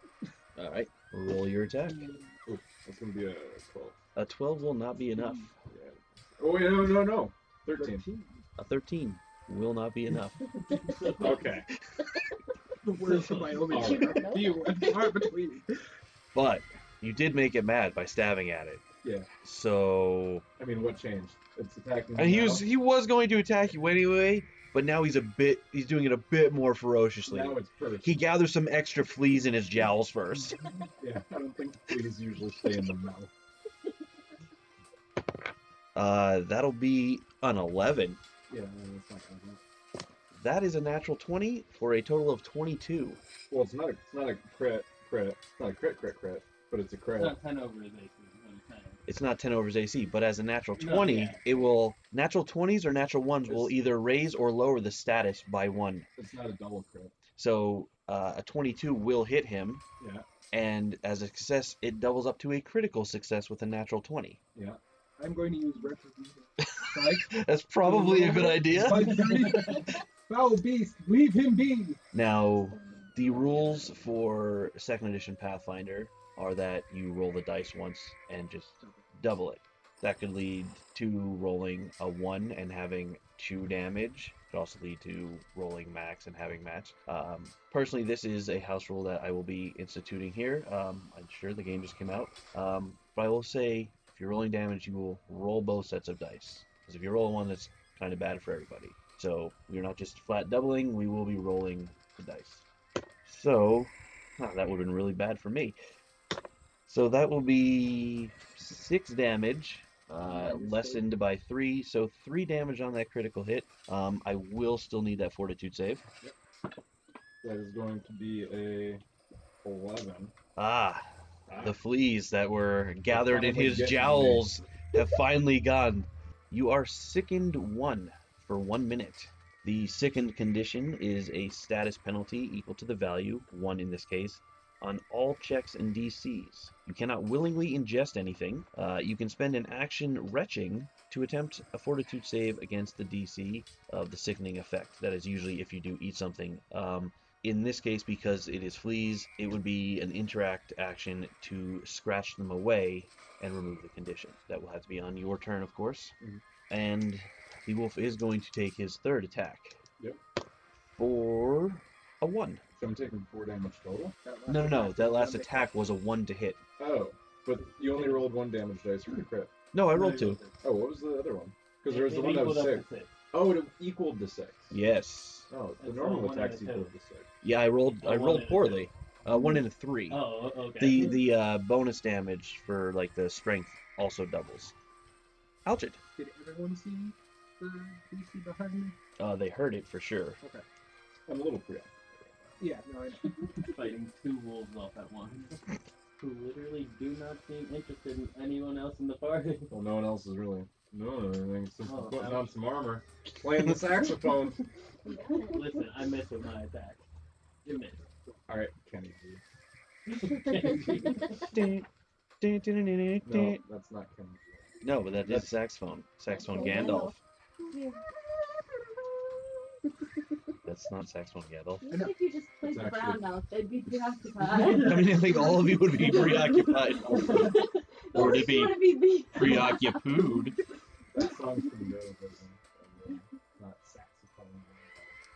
Speaker 1: All right. Roll your attack.
Speaker 4: That's going to be a 12.
Speaker 1: A 12 will not be enough.
Speaker 4: Yeah. Oh, wait, no, no, no. 13.
Speaker 2: 13.
Speaker 1: A 13 will not be enough.
Speaker 4: Okay.
Speaker 2: The words of my own
Speaker 4: All
Speaker 2: shit <laughs>
Speaker 5: right.
Speaker 2: you and far between.
Speaker 1: But you did make it mad by stabbing at it.
Speaker 4: Yeah.
Speaker 1: So
Speaker 4: I mean, what changed? It's attacking.
Speaker 1: And he
Speaker 4: now.
Speaker 1: was he was going to attack you anyway, but now he's a bit he's doing it a bit more ferociously.
Speaker 4: Now it's first.
Speaker 1: He gathers some extra fleas in his jowls first.
Speaker 4: Yeah, I don't think fleas usually stay in the mouth.
Speaker 1: Uh, that'll be an eleven.
Speaker 4: Yeah, no, that's not gonna happen.
Speaker 1: That is a natural 20 for a total of 22.
Speaker 4: Well, it's not a, it's not a crit, crit. It's not a crit, crit, crit. But it's a
Speaker 3: It's
Speaker 4: crit.
Speaker 3: not 10 over his AC. is what I'm saying.
Speaker 1: It's not 10 over his AC, but as a natural
Speaker 3: No,
Speaker 1: 20,
Speaker 3: yeah.
Speaker 1: it will. Natural 20s or natural 1s will
Speaker 4: Just-
Speaker 1: either raise or lower the status by 1.
Speaker 4: It's not a double crit.
Speaker 1: So uh, a 22 will hit him.
Speaker 4: Yeah.
Speaker 1: And as a success, it doubles up to a critical success with a natural 20.
Speaker 2: I'm going to use retribution. Strike.
Speaker 1: That's probably a
Speaker 4: <laughs>
Speaker 1: good
Speaker 2: By
Speaker 1: idea.
Speaker 2: dirty <laughs> foul beast, leave him be.
Speaker 1: Now,
Speaker 6: Um,
Speaker 1: the rules for second edition Pathfinder are that you roll the dice once and just double it. That could lead to rolling a 1 and having 2 damage. It could also lead to rolling max and having match. Um, personally, this is a house rule that I will be instituting here. Um, I'm sure the game just came out. Um, but I will say if you're rolling damage, you will roll both sets of dice. Because if you roll one, that's kind of bad for everybody. So you're not just flat doubling, we will be rolling the dice. So, ah, that would have been really bad for me. So that will be six damage, uh,
Speaker 2: Understood.
Speaker 1: lessened by three. So three damage on that critical hit. Um, I will still need that fortitude save.
Speaker 4: That is going to be a 11.
Speaker 1: Ah,
Speaker 4: Ah,
Speaker 1: the fleas that were gathered in
Speaker 4: probably
Speaker 1: his
Speaker 4: getting me.
Speaker 1: jowls have finally gone. You are sickened one for one minute. The sickened condition is a status penalty equal to the value, one in this case, on all checks and DCs. You cannot willingly ingest anything. Uh, you can spend an action retching to attempt a fortitude save against the DC of the sickening effect. That is usually if you do eat something. Um, in this case, because it is fleas, it would be an interact action to scratch them away and remove the condition. That will have to be on your turn, of course.
Speaker 3: Mm-hmm.
Speaker 4: Mhm.
Speaker 1: And the wolf is going to take his third attack.
Speaker 4: Yep.
Speaker 1: For a one.
Speaker 4: So I'm taking 4 damage total?
Speaker 2: That last
Speaker 1: No, no, no.
Speaker 2: attack
Speaker 1: That
Speaker 2: is
Speaker 1: last
Speaker 2: gonna make-
Speaker 1: attack was a one to hit.
Speaker 4: Oh, but you only rolled 1 damage dice for the crit.
Speaker 1: No, I
Speaker 3: No,
Speaker 1: rolled
Speaker 3: he
Speaker 1: two.
Speaker 3: rolled it.
Speaker 4: Oh, what was the other one? Because
Speaker 3: It-
Speaker 4: there was
Speaker 3: it
Speaker 4: the one that was
Speaker 3: equaled up
Speaker 4: 6.
Speaker 3: to six.
Speaker 4: Oh, it equaled to 6.
Speaker 1: Yes.
Speaker 4: Oh, the
Speaker 3: That's
Speaker 4: normal
Speaker 3: one out of
Speaker 4: attacks equaled
Speaker 3: ten.
Speaker 4: to 6.
Speaker 1: Yeah, I rolled.
Speaker 3: A
Speaker 1: I
Speaker 3: one
Speaker 1: rolled
Speaker 3: and a
Speaker 1: poorly. Uh, one and a three.
Speaker 3: Oh, o- okay.
Speaker 1: The the uh, bonus damage for like the strength also doubles. Algid.
Speaker 2: Did everyone see the DC behind me?
Speaker 1: Uh, they heard it for sure.
Speaker 4: I'm a little preoccupied.
Speaker 2: Yeah, no, I know.
Speaker 3: fighting two wolves off at once, <laughs> who literally do not seem interested in anyone else in the party.
Speaker 4: Well, no one else is really knowing anything since
Speaker 3: Oh,
Speaker 4: I'm putting
Speaker 3: ouch.
Speaker 4: on some armor, playing the <laughs> saxophone.
Speaker 3: <laughs> Listen, I missed with my attack. You missed.
Speaker 4: All right, Kenny.
Speaker 1: Dun, dun, dun, dun, dun,
Speaker 4: No,
Speaker 1: dun.
Speaker 4: that's not Kenny.
Speaker 1: No, but that is
Speaker 4: That's-
Speaker 1: saxophone. Saxophone
Speaker 6: Saxophone
Speaker 1: Gandalf.
Speaker 6: Gandalf.
Speaker 5: Um,
Speaker 1: That's not saxophone Gandalf.
Speaker 6: Even if you just played
Speaker 4: It's
Speaker 6: the
Speaker 4: actually-
Speaker 6: brown mouth, they'd be
Speaker 1: I
Speaker 5: <laughs>
Speaker 6: preoccupied.
Speaker 1: mean, <laughs> I think all of you would be preoccupied. Or would it be
Speaker 6: want to be the
Speaker 1: Preoccupied.
Speaker 4: That song's from Eurovision. and, uh, Not saxophone.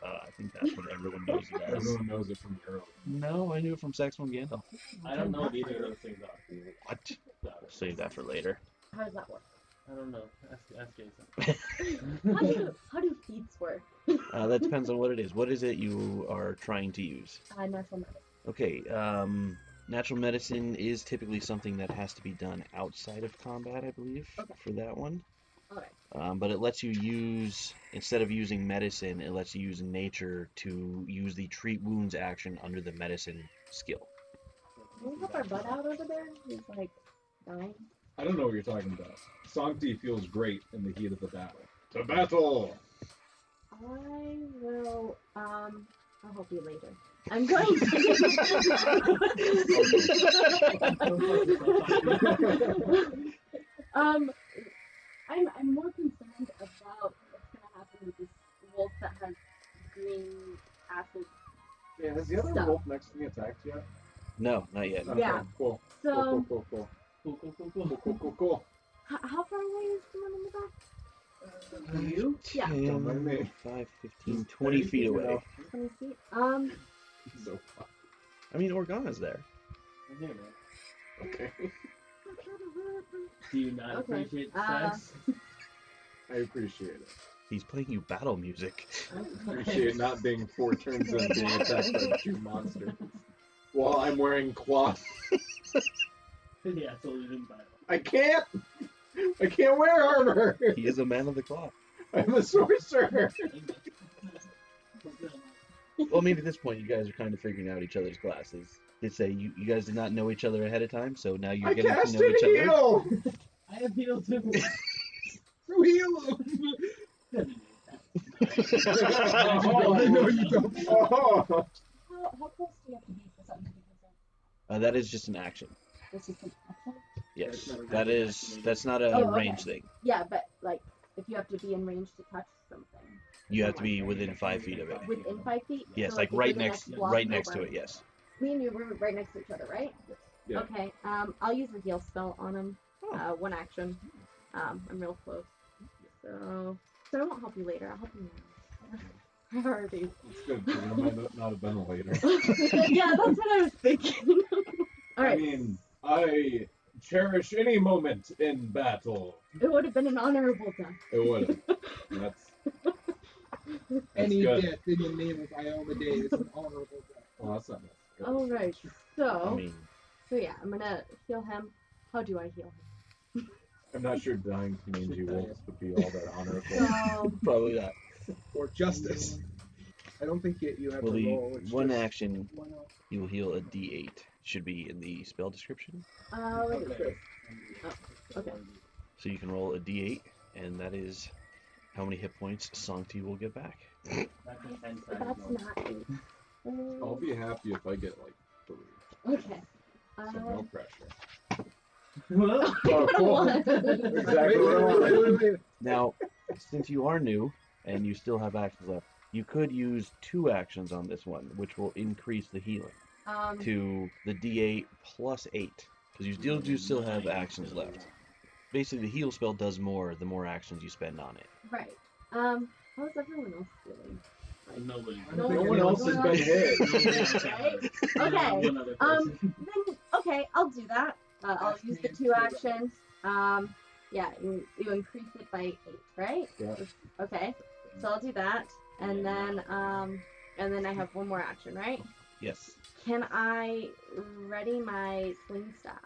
Speaker 1: Uh, I think that's what everyone knows it as.
Speaker 4: Everyone knows it from Europe.
Speaker 1: No, I knew it from Saxophone Gandalf.
Speaker 3: <laughs> I don't know what either of those things are.
Speaker 1: What?
Speaker 3: Sorry.
Speaker 1: Save that for later.
Speaker 6: How does that work?
Speaker 3: I don't know. Ask, ask Jason.
Speaker 6: How do how do feats work?
Speaker 1: Uh, that depends on what it is. What is it you are trying to use?
Speaker 6: I natural medicine.
Speaker 1: Okay, um, natural medicine is typically something that has to be done outside of combat, I believe,
Speaker 6: Okay.
Speaker 1: for that one.
Speaker 6: Alright.
Speaker 1: Um, but it lets you use, instead of using medicine, it lets you use nature to use the treat wounds action under the medicine skill.
Speaker 6: Can we help our butt out over there? He's like dying.
Speaker 4: I don't know what you're talking about. Songti feels great in the heat of the battle. To battle! <laughs>
Speaker 6: I will um I'll help you later. I'm going to <laughs> Um I'm I'm more concerned about what's gonna happen with this wolf that has green acid.
Speaker 4: Yeah, has the other
Speaker 6: Stop.
Speaker 4: wolf next to me attacked yet?
Speaker 1: No, not yet.
Speaker 4: Okay,
Speaker 6: Yeah.
Speaker 4: Cool. Cool,
Speaker 6: So
Speaker 4: cool, cool,
Speaker 3: Cool, cool, cool,
Speaker 4: cool,
Speaker 3: cool.
Speaker 4: cool, cool, cool. <laughs>
Speaker 6: h- how far away is the one in the back?
Speaker 3: You?
Speaker 6: Yeah.
Speaker 1: 10,
Speaker 4: mind me.
Speaker 1: 5, 15, 20 feet away.
Speaker 6: Twenty feet. Um
Speaker 4: So far.
Speaker 1: I mean, Organa's there.
Speaker 3: I'm here, man.
Speaker 4: Okay. <laughs>
Speaker 3: Do you not
Speaker 6: Okay,
Speaker 3: appreciate the
Speaker 6: uh,
Speaker 3: sex?
Speaker 4: I appreciate it.
Speaker 1: He's playing you battle music. <laughs>
Speaker 4: appreciate not being four turns in being attacked by two monsters while I'm wearing cloth.
Speaker 3: <laughs> yeah, totally didn't buy it.
Speaker 4: I can't. I can't wear armor.
Speaker 1: He is a man of the cloth.
Speaker 4: I'm a sorcerer.
Speaker 1: well, I mean, at this point, you guys are kind of figuring out each other's classes. Did say you, you guys did not know each other ahead of time, so now you're
Speaker 2: I
Speaker 1: getting to know
Speaker 2: casted
Speaker 1: each other.
Speaker 2: heal.
Speaker 3: <laughs> I have healed him.
Speaker 2: So heal <laughs> him.
Speaker 3: <laughs>
Speaker 2: oh, I know you don't.
Speaker 4: Oh,
Speaker 6: How, how close do you have to be for something to be considered?
Speaker 1: <laughs> Uh, that is just an action.
Speaker 6: This is an action?
Speaker 1: Yes,
Speaker 2: That's not a
Speaker 1: that
Speaker 3: range
Speaker 1: is
Speaker 3: action.
Speaker 1: that's not a
Speaker 6: Oh, okay.
Speaker 1: range thing.
Speaker 6: Yeah, but like if you have to be in range to touch something
Speaker 1: You have to be within five feet of it.
Speaker 6: within five feet.
Speaker 1: Yes,
Speaker 6: so,
Speaker 1: like
Speaker 6: if you're
Speaker 1: right
Speaker 6: the
Speaker 1: next
Speaker 6: block
Speaker 1: right next to
Speaker 6: over-
Speaker 1: it. Yes.
Speaker 6: Me and you were right next to each other, right?
Speaker 4: Yeah.
Speaker 6: Okay. Um, I'll use the heal spell on him.
Speaker 1: Oh.
Speaker 6: Uh, one action. Um, I'm real close. So, so I won't help you later. I'll help you now. <laughs> I
Speaker 1: <laughs>
Speaker 6: already.
Speaker 4: it's good 'cause it might not- not have been a later.
Speaker 6: yeah, that's what I
Speaker 1: <laughs>
Speaker 6: was thinking. <laughs> All right.
Speaker 4: I mean, I cherish any moment in battle.
Speaker 6: it would have been an honorable death.
Speaker 4: It would
Speaker 6: <laughs>
Speaker 4: have. That's, that's
Speaker 2: Any
Speaker 4: good.
Speaker 2: death in the name of Ioma Day is an honorable death.
Speaker 4: Well, that's not necessary.
Speaker 6: All right. So,
Speaker 1: I mean,
Speaker 6: so yeah, I'm gonna heal him. How do I heal him?
Speaker 4: I'm not sure dying to mean you wolves would be all that <laughs>
Speaker 6: <laughs>
Speaker 4: honorable.
Speaker 6: So,
Speaker 1: probably not.
Speaker 2: Or justice. I don't think yet you have
Speaker 1: Well,
Speaker 2: to
Speaker 1: the
Speaker 2: roll. It's
Speaker 1: one
Speaker 2: just
Speaker 1: action
Speaker 2: One out. <laughs>
Speaker 1: you will heal a D8 should be in the spell description.
Speaker 6: uh, look at this. okay.
Speaker 1: So you can roll a D8, and that is how many hit points Songti will get back.
Speaker 3: That's a 10
Speaker 6: But
Speaker 3: times
Speaker 6: that's <laughs>
Speaker 3: more.
Speaker 6: not eight.
Speaker 4: I'll
Speaker 6: Um,
Speaker 4: be happy if I get like three.
Speaker 6: okay.
Speaker 4: So
Speaker 6: Uh,
Speaker 4: no pressure.
Speaker 3: Well,
Speaker 4: Oh,
Speaker 6: what?
Speaker 4: Exactly what I
Speaker 2: Wait, wait,
Speaker 4: wanted.
Speaker 2: wait, wait, wait.
Speaker 1: Now, <laughs> since you are new and you still have actions left, you could use two actions on this one, which will increase the healing
Speaker 6: um,
Speaker 1: to the D8 plus eight, because you still do still have actions left. Basically, the heal spell does more the more actions you spend on it.
Speaker 6: Right. Um, how's everyone else doing?
Speaker 3: Nobody.
Speaker 2: I
Speaker 4: No one else has been hit.
Speaker 6: Right?
Speaker 4: <laughs>
Speaker 6: Okay,
Speaker 3: One other
Speaker 6: um,
Speaker 3: person.
Speaker 6: Then, okay, I'll do that. Uh, I'll
Speaker 2: That's
Speaker 6: use the
Speaker 2: me,
Speaker 6: two
Speaker 2: too.
Speaker 6: actions. Um, yeah, you, you increase it by eight, right?
Speaker 4: Yeah.
Speaker 6: Okay, so I'll do that,
Speaker 3: Yeah.
Speaker 6: and then um, and then I have one more action, right?
Speaker 1: Yes.
Speaker 6: Can I ready my sling staff?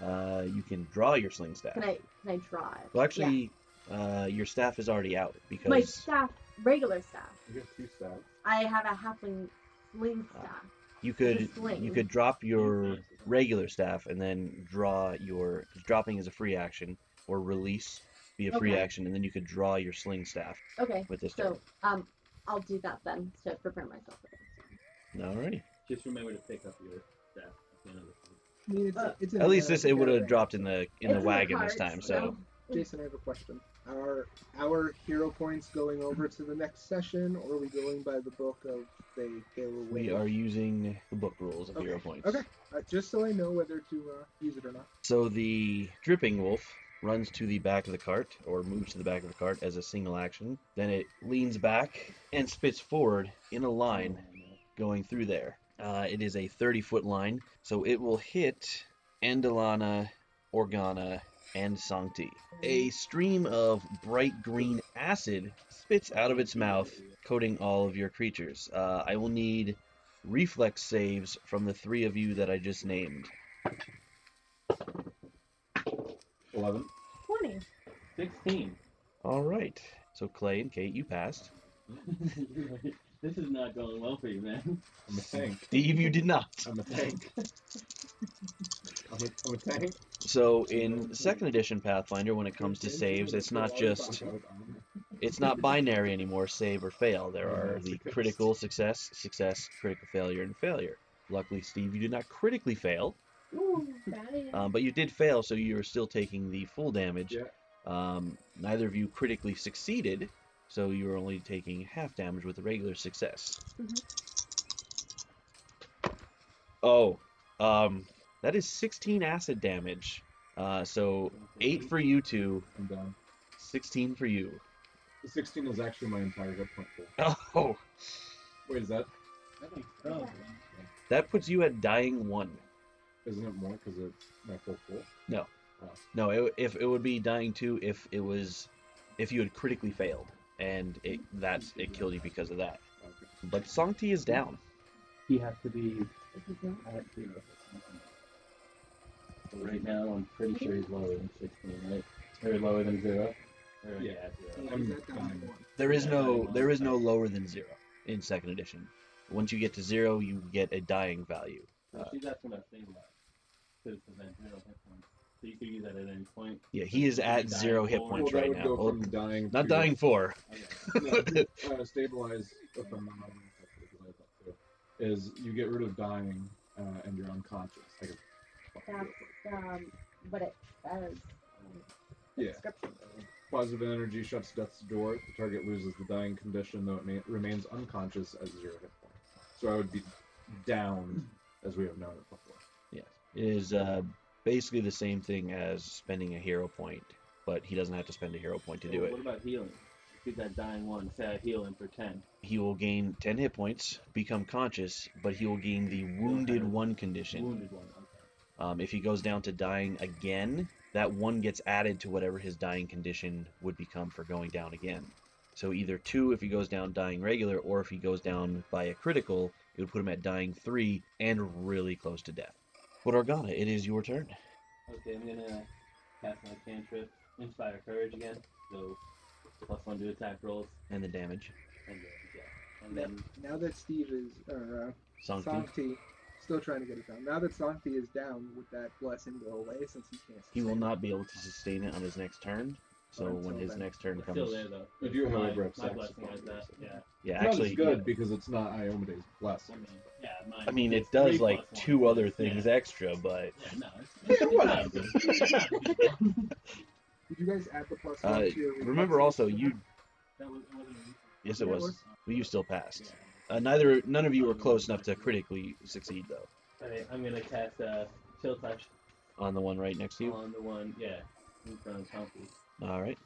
Speaker 1: Uh, you can draw your sling staff.
Speaker 6: Can I can I draw it?
Speaker 1: Well, actually, uh, your staff is already out
Speaker 6: Yeah. my
Speaker 1: because
Speaker 6: staff, regular staff.
Speaker 4: You got two stabs.
Speaker 6: I have a halfling sling staff.
Speaker 1: you could
Speaker 6: the sling.
Speaker 1: you could drop your regular staff and then draw your 'cause dropping is a free action or release be a free
Speaker 6: Okay.
Speaker 1: action and then you could draw your sling staff
Speaker 6: Okay,
Speaker 1: with this
Speaker 6: so um, I'll do that then to prepare myself for this.
Speaker 1: turn. Alrighty.
Speaker 3: Just remember to pick up your staff. at the end of the-
Speaker 2: I mean, it's,
Speaker 6: Uh,
Speaker 2: it's in
Speaker 1: At least
Speaker 2: the-
Speaker 1: this it would have
Speaker 2: yeah.
Speaker 1: dropped in the in
Speaker 6: It's
Speaker 1: the wagon this
Speaker 6: cards,
Speaker 1: time,
Speaker 6: you
Speaker 1: so
Speaker 6: know?
Speaker 2: Jason, I have a question. Are our hero points going over to the next session, or are we going by the book of they go away?
Speaker 1: we are using the book rules of hero points.
Speaker 2: Okay. Uh, just so I know whether to uh, use it or not.
Speaker 1: So the dripping wolf runs to the back of the cart or moves to the back of the cart as a single action. Then it leans back and spits forward in a line going through there. Uh, it is a 30 foot line, so it will hit Andalana, Organa, and Sancti. A stream of bright green acid spits out of its mouth, coating all of your creatures. Uh, I will need reflex saves from the three of you that I just named.
Speaker 4: Eleven.
Speaker 6: Twenty.
Speaker 3: 16.
Speaker 1: All right. So Clay and Kate, you passed.
Speaker 3: <laughs> this is not going well for you, man.
Speaker 4: I'm a tank.
Speaker 1: Steve, you did not.
Speaker 4: I'm a tank. I'm a, I'm a tank.
Speaker 1: So in second edition Pathfinder, when it comes to saves, it's not just it's not binary anymore, save or fail. There are the critical success, success, critical failure, and failure. Luckily, Steve, you did not critically fail, <laughs>
Speaker 5: Ooh, that is.
Speaker 1: um, but you did fail, so you are still taking the full damage.
Speaker 4: Yeah.
Speaker 1: Um, neither of you critically succeeded, so you are only taking half damage with a regular success. Oh, um, that is 16 acid damage. Uh, so 8 for you two,
Speaker 4: I'm down.
Speaker 1: 16 for you. <laughs>
Speaker 4: The 16 is actually my entire hit point. pool.
Speaker 1: Oh,
Speaker 4: Wait, is that?
Speaker 3: I think so.
Speaker 1: that puts you at dying 1.
Speaker 4: Isn't it more because it's my full pool?
Speaker 1: No, it, if it would be dying two if it was if you had critically failed and it that's it killed you because of that.
Speaker 4: Okay.
Speaker 1: But Songti is down.
Speaker 3: He has to be
Speaker 6: If you don't-
Speaker 3: at zero. So right now, I'm pretty sure he's lower than 16, right? Or lower than zero? Or,
Speaker 4: Yeah.
Speaker 3: yeah, zero.
Speaker 2: Uh,
Speaker 4: I'm
Speaker 2: is that down to
Speaker 4: fine.
Speaker 2: one?
Speaker 1: There is no there is no lower than zero in second edition. Once you get to zero, you get a dying value.
Speaker 3: Well, see, that's what I'm saying about. Because it's event zero hit points. So you could use that at any point.
Speaker 1: Yeah, he is at
Speaker 3: Dying
Speaker 1: zero hit
Speaker 3: four.
Speaker 1: points
Speaker 4: well, that
Speaker 1: right
Speaker 4: would
Speaker 1: now.
Speaker 4: go
Speaker 1: Oh,
Speaker 4: from dying.
Speaker 1: Not
Speaker 4: to-
Speaker 1: dying four.
Speaker 3: Okay.
Speaker 4: <laughs>
Speaker 1: <laughs>
Speaker 4: No, uh, stabilize if I'm not wrong, because I thought too, is you get rid of dying uh, and you're unconscious. Like a-
Speaker 6: That's um, what it
Speaker 5: uh,
Speaker 6: says. um, the
Speaker 4: Yeah.
Speaker 6: description.
Speaker 4: Positive energy shuts death's door. The target loses the dying condition, though it may, remains unconscious at zero hit points. So I would be downed, as we have known it before.
Speaker 1: Yes. It is uh, basically the same thing as spending a hero point, but he doesn't have to spend a hero point to do
Speaker 3: Well,
Speaker 1: it.
Speaker 3: What about healing? Get that dying one, say I heal him for 10.
Speaker 1: He will gain 10 hit points, become conscious, but he will gain the wounded one condition.
Speaker 3: Wounded one. Okay.
Speaker 1: Um, if he goes down to dying again, that one gets added to whatever his dying condition would become for going down again. So either two if he goes down dying regular, or if he goes down by a critical, it would put him at dying three and really close to death. But Organa, it is your turn.
Speaker 3: Okay, I'm gonna cast my cantrip, inspire courage again. So plus one to attack rolls,
Speaker 1: And the damage.
Speaker 3: and then yeah, and then
Speaker 2: Now that Steve is, or uh,
Speaker 1: Sancti,
Speaker 2: Sancti, still trying to get it down. Now that Sancti is down, would that blessing go away since he can't?
Speaker 1: he will
Speaker 2: sustain it?
Speaker 1: not be able to sustain it on his next turn. So
Speaker 2: Or
Speaker 1: when
Speaker 2: until
Speaker 1: his
Speaker 2: then.
Speaker 1: next turn
Speaker 3: it's still
Speaker 1: comes,
Speaker 3: there though.
Speaker 4: You do,
Speaker 3: My-
Speaker 4: however, have
Speaker 3: my
Speaker 4: sex
Speaker 3: blessing
Speaker 4: upon
Speaker 3: has that.
Speaker 4: yourself.
Speaker 3: Yeah,
Speaker 1: yeah,
Speaker 4: Not
Speaker 1: actually,
Speaker 4: as good because it's not Iomede's bless.
Speaker 3: I mean, yeah, mine.
Speaker 1: I mean, it
Speaker 3: it's
Speaker 1: does
Speaker 3: three
Speaker 1: like
Speaker 3: plus one.
Speaker 1: two other
Speaker 3: Yeah.
Speaker 1: things extra, but
Speaker 3: Yeah, no,
Speaker 1: <laughs>
Speaker 3: it's, it's
Speaker 4: What
Speaker 3: not good. It's not good.
Speaker 2: Did you guys add the plus
Speaker 1: Uh,
Speaker 2: one to your
Speaker 1: remember
Speaker 2: reflexes
Speaker 1: also
Speaker 2: to that?
Speaker 1: you.
Speaker 3: That was, that wasn't a reason.
Speaker 1: Yes, it
Speaker 2: Yeah, it
Speaker 1: was.
Speaker 2: was.
Speaker 1: But you still passed.
Speaker 3: Yeah.
Speaker 1: Uh, neither, none of you were close enough to critically succeed though.
Speaker 3: Alright, I'm gonna cast uh, chill touch
Speaker 1: On the one right next to you.
Speaker 3: on the one. Yeah, in front of Humphrey.
Speaker 1: All right,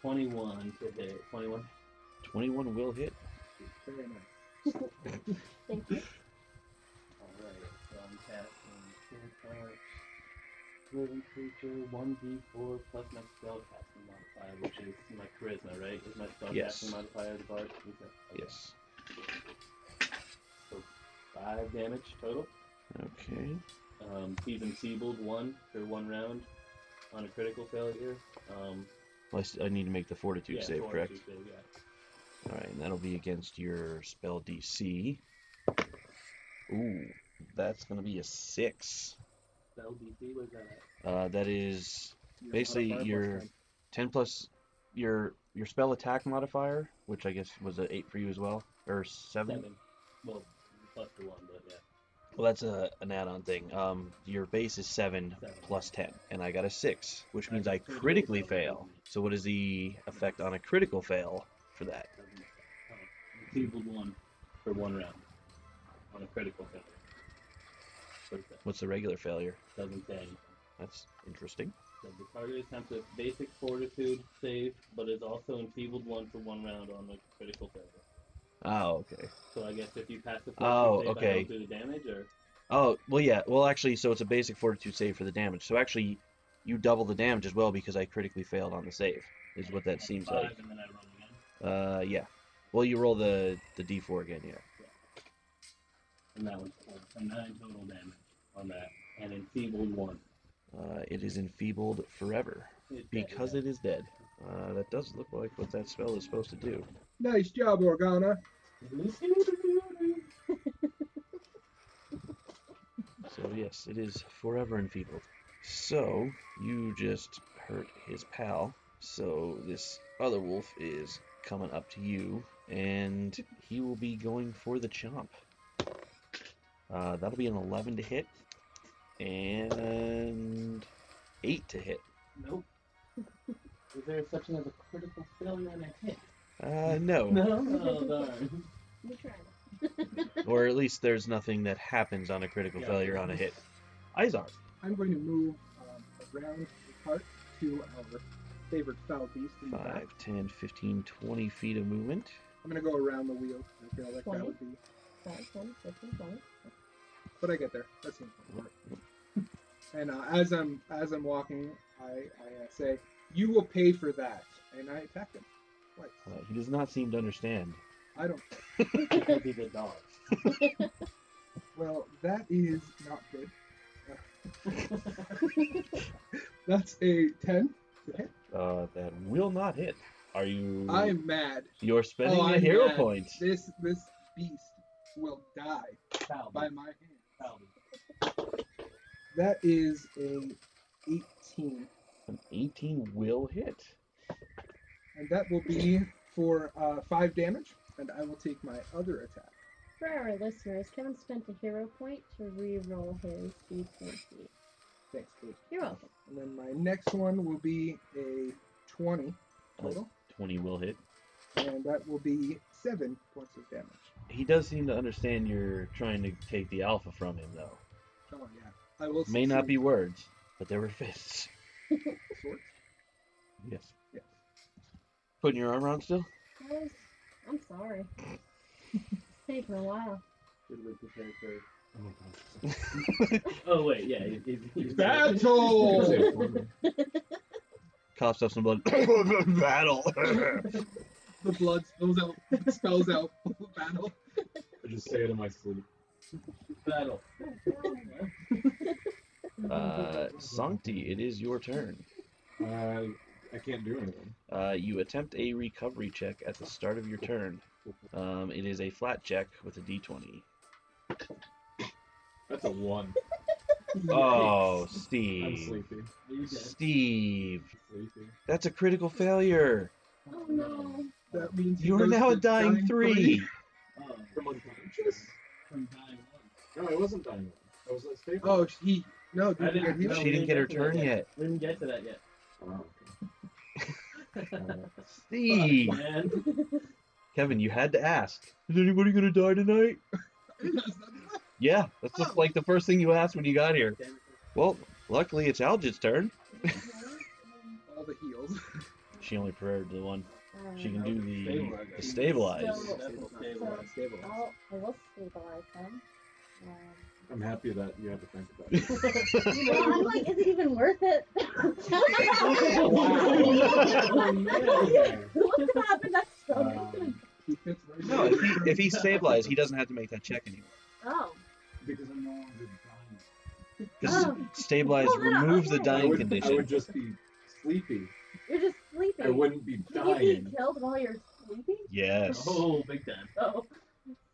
Speaker 3: Twenty-one to hit. Twenty-one.
Speaker 1: twenty-one will hit.
Speaker 2: Very nice.
Speaker 6: Thank you.
Speaker 3: Alright, so I'm casting Chill Touch. Living creature, 1d4 plus my spell casting modifier, which is my charisma, right? Is my spell
Speaker 1: Yes.
Speaker 3: casting modifier the bard? Okay.
Speaker 1: Yes.
Speaker 3: Five damage total.
Speaker 1: Okay.
Speaker 3: Um, he's enfeebled one for one round on a critical failure. Um,
Speaker 1: Well, I s- I need to make the fortitude
Speaker 3: yeah,
Speaker 1: save,
Speaker 3: four,
Speaker 1: correct?
Speaker 3: two save, yeah.
Speaker 1: All right, and that'll be against your spell DC. Ooh, that's gonna be a six.
Speaker 3: Spell DC was that?
Speaker 1: Uh, that is
Speaker 2: Your
Speaker 1: Basically,
Speaker 2: modifier plus
Speaker 1: your-
Speaker 2: 10.
Speaker 1: 10 plus your your spell attack modifier, which I guess was an 8 for you as well, or 7.
Speaker 3: Seven. Well, plus the one, but yeah.
Speaker 1: Well, that's a, an add on thing. Um, your base is 7
Speaker 3: Seven.
Speaker 1: plus 10, and I got a 6, which
Speaker 3: I
Speaker 1: means
Speaker 3: got
Speaker 1: I
Speaker 3: critical
Speaker 1: critically
Speaker 3: fail.
Speaker 1: fail. So, what is the effect on a critical fail for that?
Speaker 3: Seven. Oh, enfeebled one for one round on a critical failure. What is that?
Speaker 1: What's the regular failure?
Speaker 3: Doesn't say anything.
Speaker 1: That's interesting.
Speaker 3: So the target attempts a basic fortitude save, but is also enfeebled one for one round on a critical failure.
Speaker 1: Oh, okay.
Speaker 3: So I guess if you pass the fortitude
Speaker 1: Oh,
Speaker 3: save, I
Speaker 1: okay.
Speaker 3: don't do the damage, or
Speaker 1: Oh, well, yeah. Well, actually, so it's a basic fortitude save for the damage. So, actually, you double the damage as well because I critically failed on the save, is what that seems
Speaker 3: five,
Speaker 1: like.
Speaker 3: and then I roll again.
Speaker 1: Uh, yeah. Well, you roll the the d4 again, yeah.
Speaker 3: And that was four. So nine total damage on that, and enfeebled one.
Speaker 1: Uh, it is enfeebled forever
Speaker 3: It's dead,
Speaker 1: because
Speaker 3: yeah.
Speaker 1: it is dead. Uh, that does look like what that spell is supposed to do.
Speaker 2: Nice job, Organa.
Speaker 1: So yes, it is forever enfeebled. So you just hurt his pal. So this other wolf is coming up to you, and he will be going for the chomp. Uh, that'll be an 11 to hit and 8 to hit.
Speaker 3: Nope. <laughs> Is there such thing as a critical failure on a hit?
Speaker 1: Uh, no.
Speaker 3: <laughs> No, no, darn.
Speaker 6: You tried.
Speaker 1: or at least there's nothing that happens on a critical
Speaker 3: Yeah.
Speaker 1: failure on a hit. Izar.
Speaker 2: I'm going to move um, around the cart to our favorite foul beast. in the back.
Speaker 1: 5, 10, 15, 20 feet of movement.
Speaker 2: I'm going to go around the wheel. I feel like that
Speaker 6: Twenty?
Speaker 2: would be.
Speaker 6: Five, ten, fifteen, twenty.
Speaker 2: But I get there. That's the important part. And uh, as I'm as I'm walking, I, I uh, say, "You will pay for that," and I attack him. Twice.
Speaker 1: Uh, he does not seem to understand.
Speaker 2: I don't.
Speaker 3: That'd be the dog.
Speaker 2: Well, that is not good. <laughs> That's a ten.
Speaker 1: Uh, that will not hit. Are you?
Speaker 2: I'm mad.
Speaker 1: You're spending
Speaker 2: Oh,
Speaker 1: a
Speaker 2: I'm
Speaker 1: hero
Speaker 2: mad.
Speaker 1: point.
Speaker 2: This this beast will die
Speaker 3: Foul.
Speaker 2: by my hand.
Speaker 3: Foul.
Speaker 2: That is a 18,
Speaker 1: An 18 will hit.
Speaker 2: and that will be for uh, five damage. And I will take my other attack.
Speaker 5: For our listeners, Kevin spent a hero point to re-roll his d20.
Speaker 2: Thanks, Kate.
Speaker 5: You're welcome.
Speaker 2: And then my next one will be a 20 total,
Speaker 1: 20 will hit.
Speaker 2: and that will be seven points of damage.
Speaker 1: He does seem to understand you're trying to take the alpha from him, though.
Speaker 2: Oh yeah, I will.
Speaker 1: May not be
Speaker 2: succeed.
Speaker 1: words, but there were fists. <laughs>
Speaker 2: Swords?
Speaker 1: Yes.
Speaker 2: Yes.
Speaker 1: Putting your armor on still?
Speaker 5: Guys, I'm sorry. it's taken a while.
Speaker 3: Should we prepare for? Oh my god. oh wait, yeah. He's, he's, he's
Speaker 2: Battle!
Speaker 1: Coughs up some blood. Battle!
Speaker 2: <laughs> The blood spills out, spells out <laughs> full battle.
Speaker 4: I just say it in my sleep.
Speaker 3: Battle.
Speaker 1: <coughs> uh, Sancti, it is your turn.
Speaker 4: Uh, I can't do anything.
Speaker 1: Uh, you attempt a recovery check at the start of your turn. Um, it is a flat check with a d20.
Speaker 4: That's a one.
Speaker 1: Oh,
Speaker 4: I'm
Speaker 1: Steve.
Speaker 4: sleepy.
Speaker 3: Are you dead?
Speaker 1: Steve.
Speaker 4: Sleepy.
Speaker 1: That's a critical failure.
Speaker 5: Oh
Speaker 1: <laughs>
Speaker 5: no.
Speaker 2: That means he
Speaker 1: You are
Speaker 2: goes
Speaker 1: now a
Speaker 2: to
Speaker 1: dying three.
Speaker 3: Oh,
Speaker 4: From unconscious?
Speaker 3: from dying one.
Speaker 4: No, I wasn't dying. I was at stable.
Speaker 2: Oh, he no,
Speaker 3: I
Speaker 2: dude,
Speaker 3: didn't-
Speaker 2: he
Speaker 3: no,
Speaker 1: She
Speaker 2: <laughs>
Speaker 1: didn't get her turn yet.
Speaker 3: We didn't get to that yet.
Speaker 4: Oh, okay. <laughs> Uh,
Speaker 1: Steve.
Speaker 3: Man.
Speaker 1: Kevin, you had to ask. Is anybody going to die tonight? Yeah, that's just like the first thing you asked when you got here.
Speaker 3: Damn it.
Speaker 1: Well, luckily it's Algid's turn.
Speaker 2: all the heals.
Speaker 1: She only prepared the one.
Speaker 6: Um,
Speaker 1: She can do the,
Speaker 4: Stabilize.
Speaker 1: the stabilize.
Speaker 6: So-
Speaker 3: That's what
Speaker 6: so
Speaker 2: <laughs>
Speaker 3: stabilize.
Speaker 6: I'll, I will stabilize him.
Speaker 5: Uh,
Speaker 6: Um,
Speaker 4: I'm happy that you had to think about it.
Speaker 6: you know, I'm like, is it even worth it? <laughs> Oh,
Speaker 4: Wow. Okay.
Speaker 6: what happened? That's so
Speaker 4: Um,
Speaker 2: He fits right
Speaker 1: No,
Speaker 2: in.
Speaker 1: if he, if he stabilized, he doesn't have to make that check anymore.
Speaker 6: Oh,
Speaker 4: because I'm no longer dying.
Speaker 1: Because
Speaker 6: Oh.
Speaker 1: stabilize
Speaker 6: Well, then,
Speaker 1: removes the
Speaker 6: okay.
Speaker 4: I
Speaker 1: dying
Speaker 4: would,
Speaker 1: condition.
Speaker 4: I would just be sleepy.
Speaker 6: you're just sleeping.
Speaker 4: I wouldn't be
Speaker 6: Can you
Speaker 4: dying.
Speaker 6: be killed while you're sleeping?
Speaker 1: Yes.
Speaker 3: Oh, big time.
Speaker 6: Oh.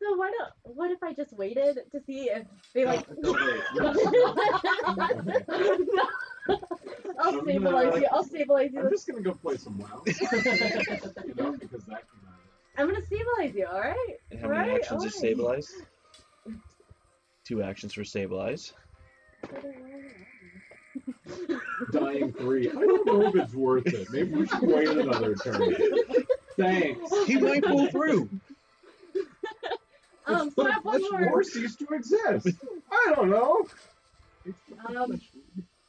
Speaker 6: So why don't? What if I just waited to see if they
Speaker 4: <laughs>
Speaker 6: like?
Speaker 3: Don't wait.
Speaker 6: <laughs>
Speaker 4: Okay.
Speaker 6: No. I'll
Speaker 4: I'm
Speaker 6: stabilize
Speaker 4: not-
Speaker 6: you. I'll stabilize
Speaker 4: I'm
Speaker 6: you.
Speaker 4: just gonna go play some
Speaker 6: <laughs>
Speaker 4: WoW. you know, because that came out.
Speaker 6: I'm gonna stabilize you. All right.
Speaker 1: And how many
Speaker 6: Right,
Speaker 1: actions is
Speaker 6: alright.
Speaker 1: stabilize? Two actions for
Speaker 6: <laughs>
Speaker 1: stabilize.
Speaker 4: Dying three. I don't know if it's worth it. Maybe we should wait another turn. Thanks.
Speaker 1: He might pull through.
Speaker 6: Um. So
Speaker 3: <laughs>
Speaker 6: I have one
Speaker 4: Let's
Speaker 6: more.
Speaker 4: war cease to exist. I don't know.
Speaker 2: It's the
Speaker 6: Um,
Speaker 2: flesh.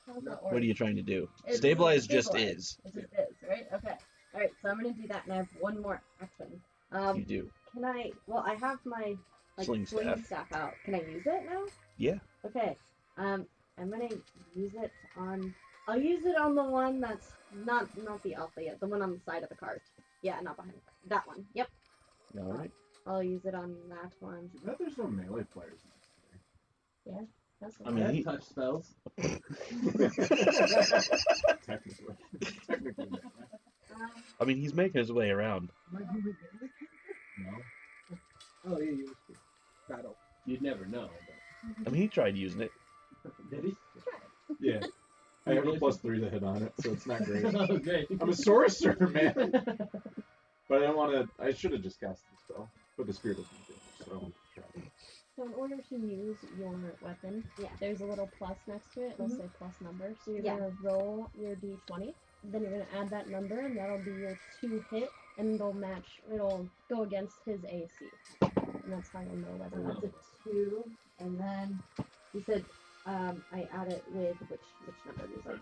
Speaker 6: How's that
Speaker 1: What are
Speaker 6: work?
Speaker 1: you trying to do?
Speaker 6: It's
Speaker 1: Stabilize just
Speaker 6: stabilize.
Speaker 1: is.
Speaker 6: It just is, right? Okay. All right. So I'm gonna do that, and I have one more action.
Speaker 1: You
Speaker 6: Um.
Speaker 1: do.
Speaker 6: Can I? Well, I have my like
Speaker 1: Sling
Speaker 6: sling,
Speaker 1: staff.
Speaker 6: staff out. Can I use it now?
Speaker 1: Yeah.
Speaker 6: Okay. Um, I'm gonna use it on. I'll use it on the one that's not not the alpha yet. The one on the side of the cart. Yeah, not behind the cart. That one. Yep.
Speaker 1: All right.
Speaker 6: I'll use it on that one.
Speaker 4: I bet there's no melee players.
Speaker 6: That's
Speaker 1: I mean,
Speaker 3: That
Speaker 1: he-
Speaker 3: touch spells.
Speaker 6: <laughs>
Speaker 4: <laughs> Technically. Technically.
Speaker 6: um,
Speaker 1: I mean, he's making his way around.
Speaker 2: Am I doing it like
Speaker 4: No.
Speaker 2: that? Oh yeah, you were speaking. battle.
Speaker 3: You'd never know. <laughs>
Speaker 1: I mean, he tried using it.
Speaker 3: But... Did <laughs> he?
Speaker 4: <laughs> Yeah. I have a plus three to hit on it, so it's not great.
Speaker 3: oh, great.
Speaker 4: I'm a sorcerer, man. But I don't want to. I should have just cast the spell, but the spirit doesn't do it, so I want to try. it.
Speaker 5: So in order to use your weapon,
Speaker 6: Yeah.
Speaker 5: there's a little plus next to it. It'll
Speaker 6: Mhm.
Speaker 5: say plus number. So you're
Speaker 6: Yeah.
Speaker 5: gonna roll your d20. Then you're gonna add that number, and that'll be your two hit, and it'll match. It'll go against his AC, and that's how you'll know whether or
Speaker 6: that's
Speaker 5: not.
Speaker 6: a two, and then you said um, I add it with which which number is it?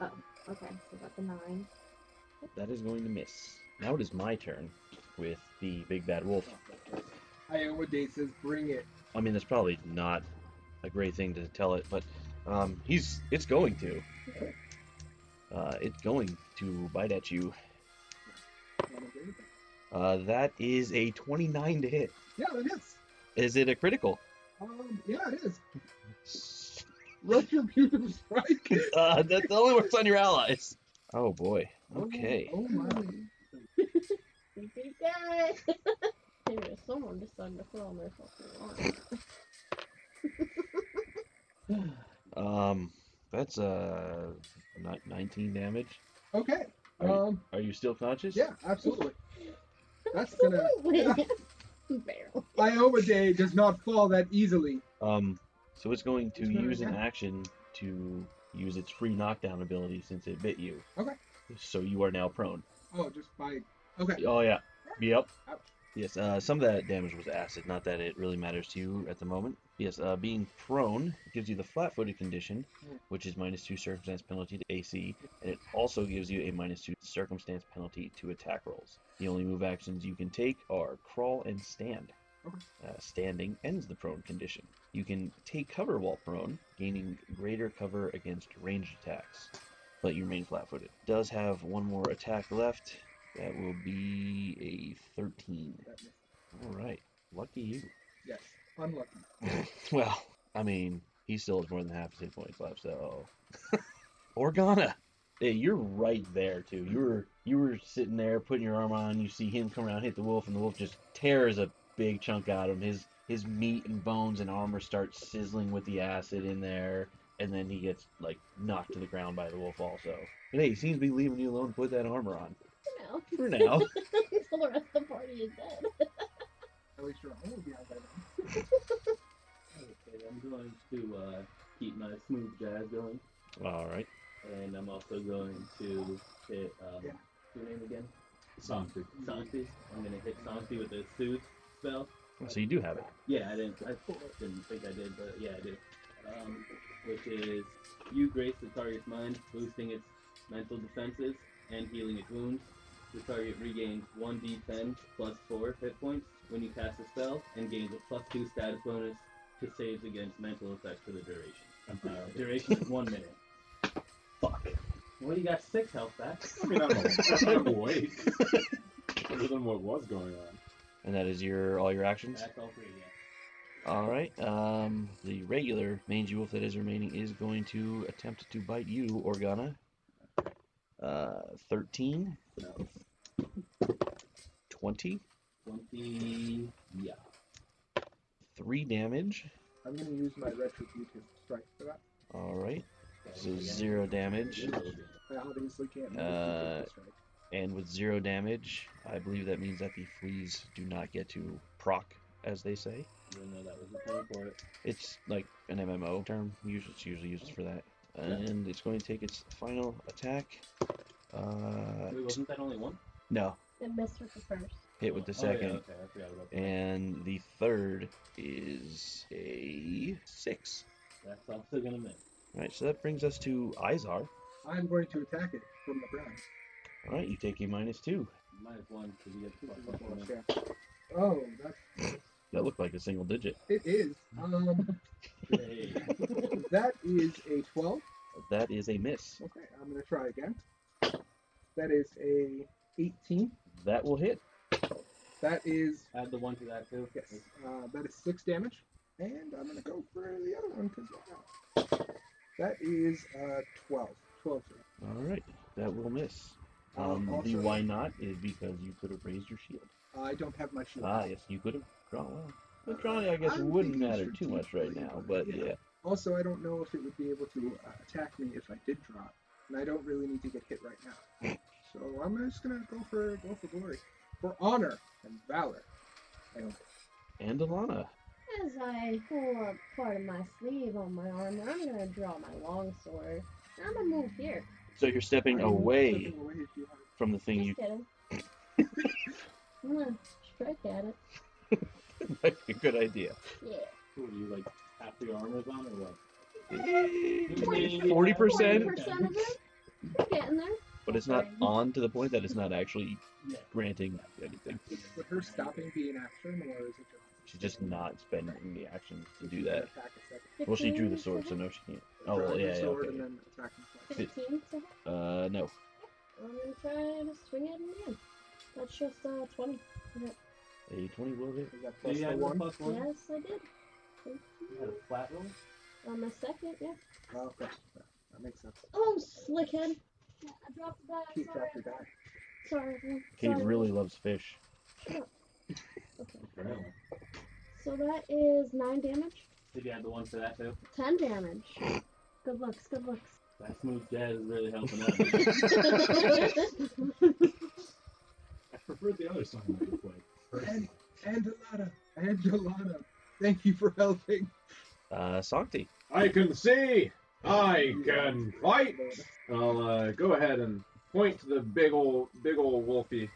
Speaker 6: Oh, Okay, so that's a nine.
Speaker 1: That is going to miss. Now it is my turn with the big bad wolf.
Speaker 2: Iowa Day says, "Bring it."
Speaker 1: I mean, that's probably not a great thing to tell it, but um, he's it's going to. Uh, it's going to bite at you. Uh, that is a 29 to hit.
Speaker 2: Yeah, it is.
Speaker 1: Is it a critical?
Speaker 2: Um, yeah, it is. Let your beautiful strike.
Speaker 1: Uh, that only works on your allies. Oh boy. Okay.
Speaker 6: <laughs>
Speaker 2: Oh, my.
Speaker 5: <laughs>
Speaker 6: You did good.
Speaker 5: Serious, someone decided to put on their fucking arm.
Speaker 6: <laughs>
Speaker 5: <laughs>
Speaker 1: Um, that's uh, not 19 damage.
Speaker 2: Okay.
Speaker 1: Are you-
Speaker 2: Um,
Speaker 1: Are you still conscious?
Speaker 2: yeah, absolutely. That's gonna.
Speaker 5: Absolutely. <laughs>
Speaker 6: <laughs>
Speaker 5: Barely.
Speaker 2: Ioma Day does not fall that easily.
Speaker 1: Um, so it's going to
Speaker 2: It's gonna
Speaker 1: use an
Speaker 2: attack.
Speaker 1: action to use its free knockdown ability since it bit you.
Speaker 2: Okay.
Speaker 1: So you are now prone.
Speaker 2: Oh, just by. Okay.
Speaker 1: Oh yeah. Yep.
Speaker 2: Ouch.
Speaker 1: Yes. Uh, some of that damage was acid. Not that it really matters to you at the moment. Yes. Uh, being prone gives you the flat-footed condition,
Speaker 2: Hmm.
Speaker 1: which is minus two circumstance penalty to AC, and it also gives you a minus two circumstance penalty to attack rolls. The only move actions you can take are crawl and stand.
Speaker 2: Okay.
Speaker 1: Uh, standing ends the prone condition. You can take cover while prone, gaining greater cover against ranged attacks, but you remain flat-footed. Does have one more attack left. That will be a 13.
Speaker 2: That misses.
Speaker 1: All right. Lucky you.
Speaker 2: Yes. Unlucky.
Speaker 1: well, I mean, he still has more than half his hit points left, so. <laughs> Organa! Hey, you're right there too. You were you were sitting there putting your arm on. You see him come around, hit the wolf, and the wolf just tears a big chunk out of him. His his meat and bones and armor start sizzling with the acid in there, and then he gets like knocked to the ground by the wolf also. But hey, he seems to be leaving you alone. to Put that armor on
Speaker 5: <laughs> No.
Speaker 1: for now.
Speaker 5: Until the rest of the party is
Speaker 6: <laughs>
Speaker 5: dead.
Speaker 2: At least your home will be out by then.
Speaker 3: Okay, I'm going to uh, keep my smooth jazz going,
Speaker 1: All right.
Speaker 3: and I'm also going to hit. Um,
Speaker 2: Yeah.
Speaker 3: Your name again?
Speaker 4: Santi.
Speaker 3: Santi. I'm gonna hit Santi with a soothe spell.
Speaker 1: So you do have it.
Speaker 3: Yeah, I didn't. I didn't think I did, but yeah, I did. Um, which is you grace the target's mind, boosting its mental defenses and healing its wounds. The target regains 1d10 plus 4 hit points when you cast a spell and gains a plus 2 status bonus to saves against mental effects for the duration. Uh, duration is 1 minute. Fuck. Well, you got 6 health back.
Speaker 4: I mean, I'm, i I'm awake. Better than what was going on.
Speaker 1: And that is your all your actions.
Speaker 3: That's all three, yeah.
Speaker 1: All right. Um, the regular mangy wolf that is remaining is going to attempt to bite you, Organa. Uh, 13,
Speaker 3: No,
Speaker 1: 20,
Speaker 3: 20. Yeah.
Speaker 1: 3 damage.
Speaker 2: I'm gonna use my retributive strike for that.
Speaker 1: All right. So 0 damage.
Speaker 2: I obviously can't. make a
Speaker 1: Uh,
Speaker 2: retributive strike.
Speaker 1: And with 0 damage, I believe that means that the fleas do not get to proc, as they say.
Speaker 3: Didn't know that was the time for it.
Speaker 1: It's like an MMO term. Usually, it's usually used for that. And it's going to take its final attack. Uh,
Speaker 3: Wait, wasn't that only one?
Speaker 1: no,
Speaker 6: It missed with the first.
Speaker 1: hit with the
Speaker 3: Oh, yeah,
Speaker 1: second.
Speaker 3: okay, I forgot about that.
Speaker 1: And the third is a six.
Speaker 3: That's also gonna miss.
Speaker 1: All right, so that brings us to Izar.
Speaker 2: I'm going to attack it from the ground.
Speaker 1: All right, you take a minus two.
Speaker 3: Minus one because you get plus
Speaker 2: Oh,
Speaker 3: one.
Speaker 2: yeah. Oh, that's
Speaker 1: That looked like a single digit.
Speaker 2: it is. Um,
Speaker 3: Hey,
Speaker 2: that is a 12.
Speaker 1: That is a miss.
Speaker 2: Okay, I'm gonna try again. That is a 18.
Speaker 1: That will hit.
Speaker 2: That is
Speaker 3: add the one to that too.
Speaker 2: yes. Uh, that is six damage, and I'm gonna go for the other one because why not? That is uh 12. 12. sir.
Speaker 1: All right, that will miss.
Speaker 2: Um,
Speaker 1: Um, the
Speaker 2: also-
Speaker 1: why not is because you could have raised your shield.
Speaker 2: I don't have my shield.
Speaker 1: Ah, yes, you could have drawn well. But drawing, I guess, it wouldn't matter too much right now. But yeah,
Speaker 2: Also, I don't know if it would be able to uh, attack me if I did drop, and I don't really need to get hit right now. so I'm just gonna go for go for glory, for honor and valor. I don't-
Speaker 1: and Alana.
Speaker 5: As I pull up part of my sleeve on my armor, I'm gonna draw my longsword. And I'm gonna move here.
Speaker 1: So you're stepping
Speaker 2: I'm
Speaker 1: away
Speaker 2: stepping away if you have-
Speaker 1: from the thing you <laughs>
Speaker 5: Just kidding. I'm gonna strike at it.
Speaker 1: a good <laughs> idea.
Speaker 5: Yeah.
Speaker 3: Cool, you like half your armor's on or what?
Speaker 1: Forty percent,
Speaker 5: 40% of it? Getting there.
Speaker 1: but it's not on to the point that it's not actually
Speaker 3: Yeah.
Speaker 1: granting anything.
Speaker 2: Would her stopping be an action, or is it just?
Speaker 1: She's just not spending the actions to do that.
Speaker 2: Attack a second.
Speaker 1: Well, she drew the
Speaker 5: 15%?
Speaker 1: sword, so no, she can't. Oh,
Speaker 2: Draw
Speaker 1: well,
Speaker 2: your
Speaker 1: yeah, yeah,
Speaker 2: sword
Speaker 1: okay.
Speaker 2: and then attack him twice.
Speaker 5: 15%.
Speaker 1: Uh, no.
Speaker 5: I'm gonna try to swing at it again. That's just uh, 20.
Speaker 1: A 20 will hit.
Speaker 2: Is that
Speaker 3: So
Speaker 2: plus
Speaker 3: you
Speaker 2: the
Speaker 3: had
Speaker 2: one?
Speaker 3: plus one.
Speaker 5: Yes, I did. Thank
Speaker 3: You had
Speaker 5: you.
Speaker 3: a flat roll.
Speaker 5: On my second, yeah.
Speaker 2: Oh, okay, that makes sense.
Speaker 5: Oh, slickhead. I dropped the die.
Speaker 2: Keep
Speaker 5: Sorry.
Speaker 2: track of that.
Speaker 5: Sorry. everyone.
Speaker 1: He
Speaker 5: Sorry.
Speaker 1: really loves fish.
Speaker 5: Okay.
Speaker 4: Apparently.
Speaker 5: So that is nine damage,
Speaker 3: Did you add the one for that too?
Speaker 5: ten damage. Good looks, good looks.
Speaker 3: That smooth jazz is really helping out.
Speaker 4: I preferred the other song that you played. personally.
Speaker 2: Angelana, Angelana, thank you for helping.
Speaker 1: Uh, Sakti.
Speaker 4: I can see! I can fight! I'll uh, go ahead and point to the big ol' big ol' wolfie.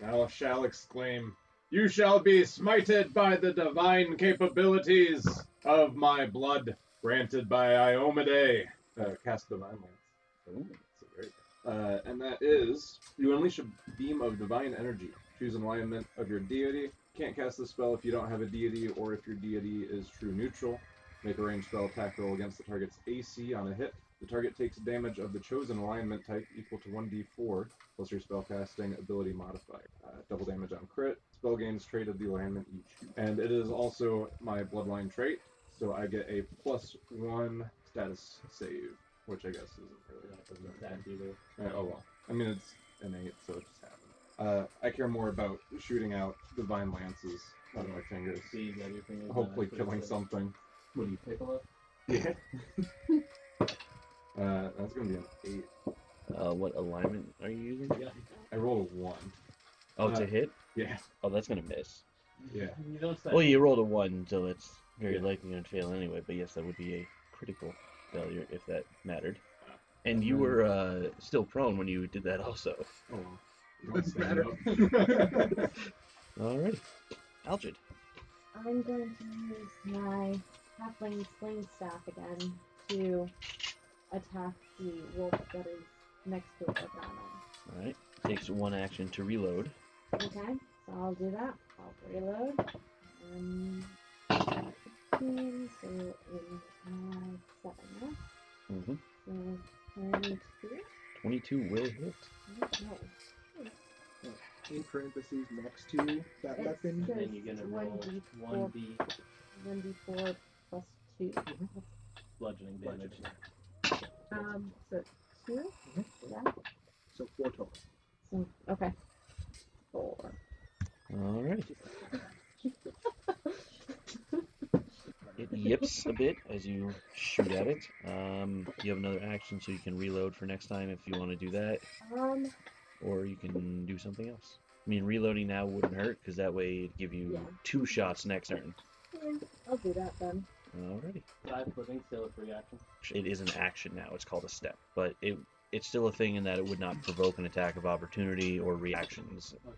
Speaker 4: Thou shall exclaim, "You shall be smited by the divine capabilities of my blood, granted by Iomade." Uh, cast divine lance. Ooh, that's a very- Uh, and that is, you unleash a beam of divine energy. Choose an alignment of your deity. Can't cast the spell if you don't have a deity or if your deity is true neutral. Make a ranged spell attack roll against the target's AC on a hit. The target takes damage of the chosen alignment type equal to 1d4 plus your spellcasting ability modifier. Uh, double damage on crit. Spell gains trait of the alignment each. And it is also my bloodline trait, so I get a plus one status save, which I guess isn't really doesn't matter.
Speaker 3: that either.
Speaker 4: Uh, oh well. I mean, it's innate, so it just happens. Uh, I care more about shooting out divine lances out of my fingers,
Speaker 3: See that your fingers.
Speaker 4: hopefully
Speaker 3: uh,
Speaker 4: killing
Speaker 3: uh,
Speaker 4: something.
Speaker 3: What do you pickle up?
Speaker 4: Yeah. uh, that's gonna be an eight.
Speaker 1: Uh, what alignment are you using?
Speaker 3: Yeah.
Speaker 4: I rolled a one.
Speaker 1: Oh, to
Speaker 4: Uh,
Speaker 1: hit?
Speaker 4: Yeah.
Speaker 1: Oh, that's gonna miss.
Speaker 4: Yeah.
Speaker 3: You don't say.
Speaker 1: Well, you rolled a one, so it's very
Speaker 4: Yeah.
Speaker 1: likely gonna fail anyway. But yes, that would be a critical failure if that mattered. And you
Speaker 4: Mhm.
Speaker 1: were uh, still prone when you did that, also.
Speaker 4: Oh. well. You
Speaker 2: Doesn't
Speaker 4: don't stand up. <laughs>
Speaker 1: Alrighty. Algid.
Speaker 6: I'm going to use my halfling sling staff again to attack the wolf that is next to it. Adana.
Speaker 1: Alright. Takes one action to reload.
Speaker 6: Okay, so I'll do that. I'll reload. Um, 15, so it is uh, 7 now.
Speaker 1: Mm-hmm.
Speaker 6: So 22.
Speaker 1: 22 will hit.
Speaker 6: No,
Speaker 2: In parentheses, next to that
Speaker 6: It's
Speaker 2: weapon.
Speaker 6: good.
Speaker 3: Then you're gonna
Speaker 6: One
Speaker 3: roll
Speaker 6: D
Speaker 3: one d
Speaker 6: 1d4 plus 2.
Speaker 3: bludgeoning damage.
Speaker 6: Um, so 2?
Speaker 2: Mhm.
Speaker 6: Yeah.
Speaker 2: So four total.
Speaker 6: So, okay. 4.
Speaker 1: Alright. It yips a bit as you shoot at it. Um, you have another action, so you can reload for next time if you want to do that,
Speaker 6: Um,
Speaker 1: or you can do something else. I mean, reloading now wouldn't hurt because that way it'd give you
Speaker 6: Yeah.
Speaker 1: two shots next turn.
Speaker 6: yeah, I'll do that then. <laughs>
Speaker 1: Alrighty.
Speaker 3: Five flipping still a free action.
Speaker 1: It is an action now. It's called a step, but it it's still a thing in that it would not provoke an attack of opportunity or reactions
Speaker 3: Okay.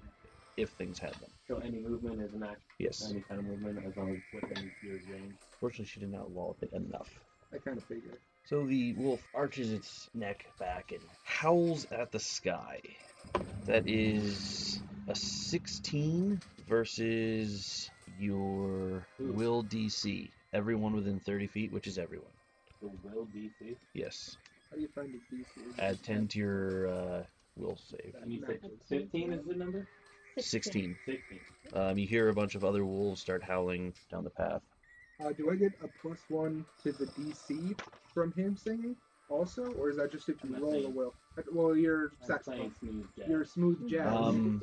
Speaker 1: if things had them.
Speaker 3: So any movement is an action.
Speaker 1: Yes.
Speaker 3: Any kind of movement as long as it's within your range.
Speaker 1: Fortunately, she did not wallop it enough.
Speaker 2: I kind of figured.
Speaker 1: So the wolf arches its neck back and howls at the sky. That is a 16 versus your
Speaker 3: Ooh.
Speaker 1: will DC. Everyone within 30 feet, which is everyone.
Speaker 3: The will DC.
Speaker 1: Yes.
Speaker 2: How do you find the beast?
Speaker 1: Add 10 to your uh, will save.
Speaker 3: And you said
Speaker 6: Nice.
Speaker 3: fifteen is the number. <laughs>
Speaker 1: 16.
Speaker 3: Sixteen.
Speaker 1: Um, you hear a bunch of other wolves start howling down the path.
Speaker 2: Uh, do I get a plus one to the DC from him singing also, or is that just if you
Speaker 3: I'm not
Speaker 2: roll a
Speaker 3: singing.
Speaker 2: will? Uh, Well, your
Speaker 3: I'm playing
Speaker 2: saxophone,
Speaker 3: smooth jazz.
Speaker 2: your smooth jazz.
Speaker 1: Um,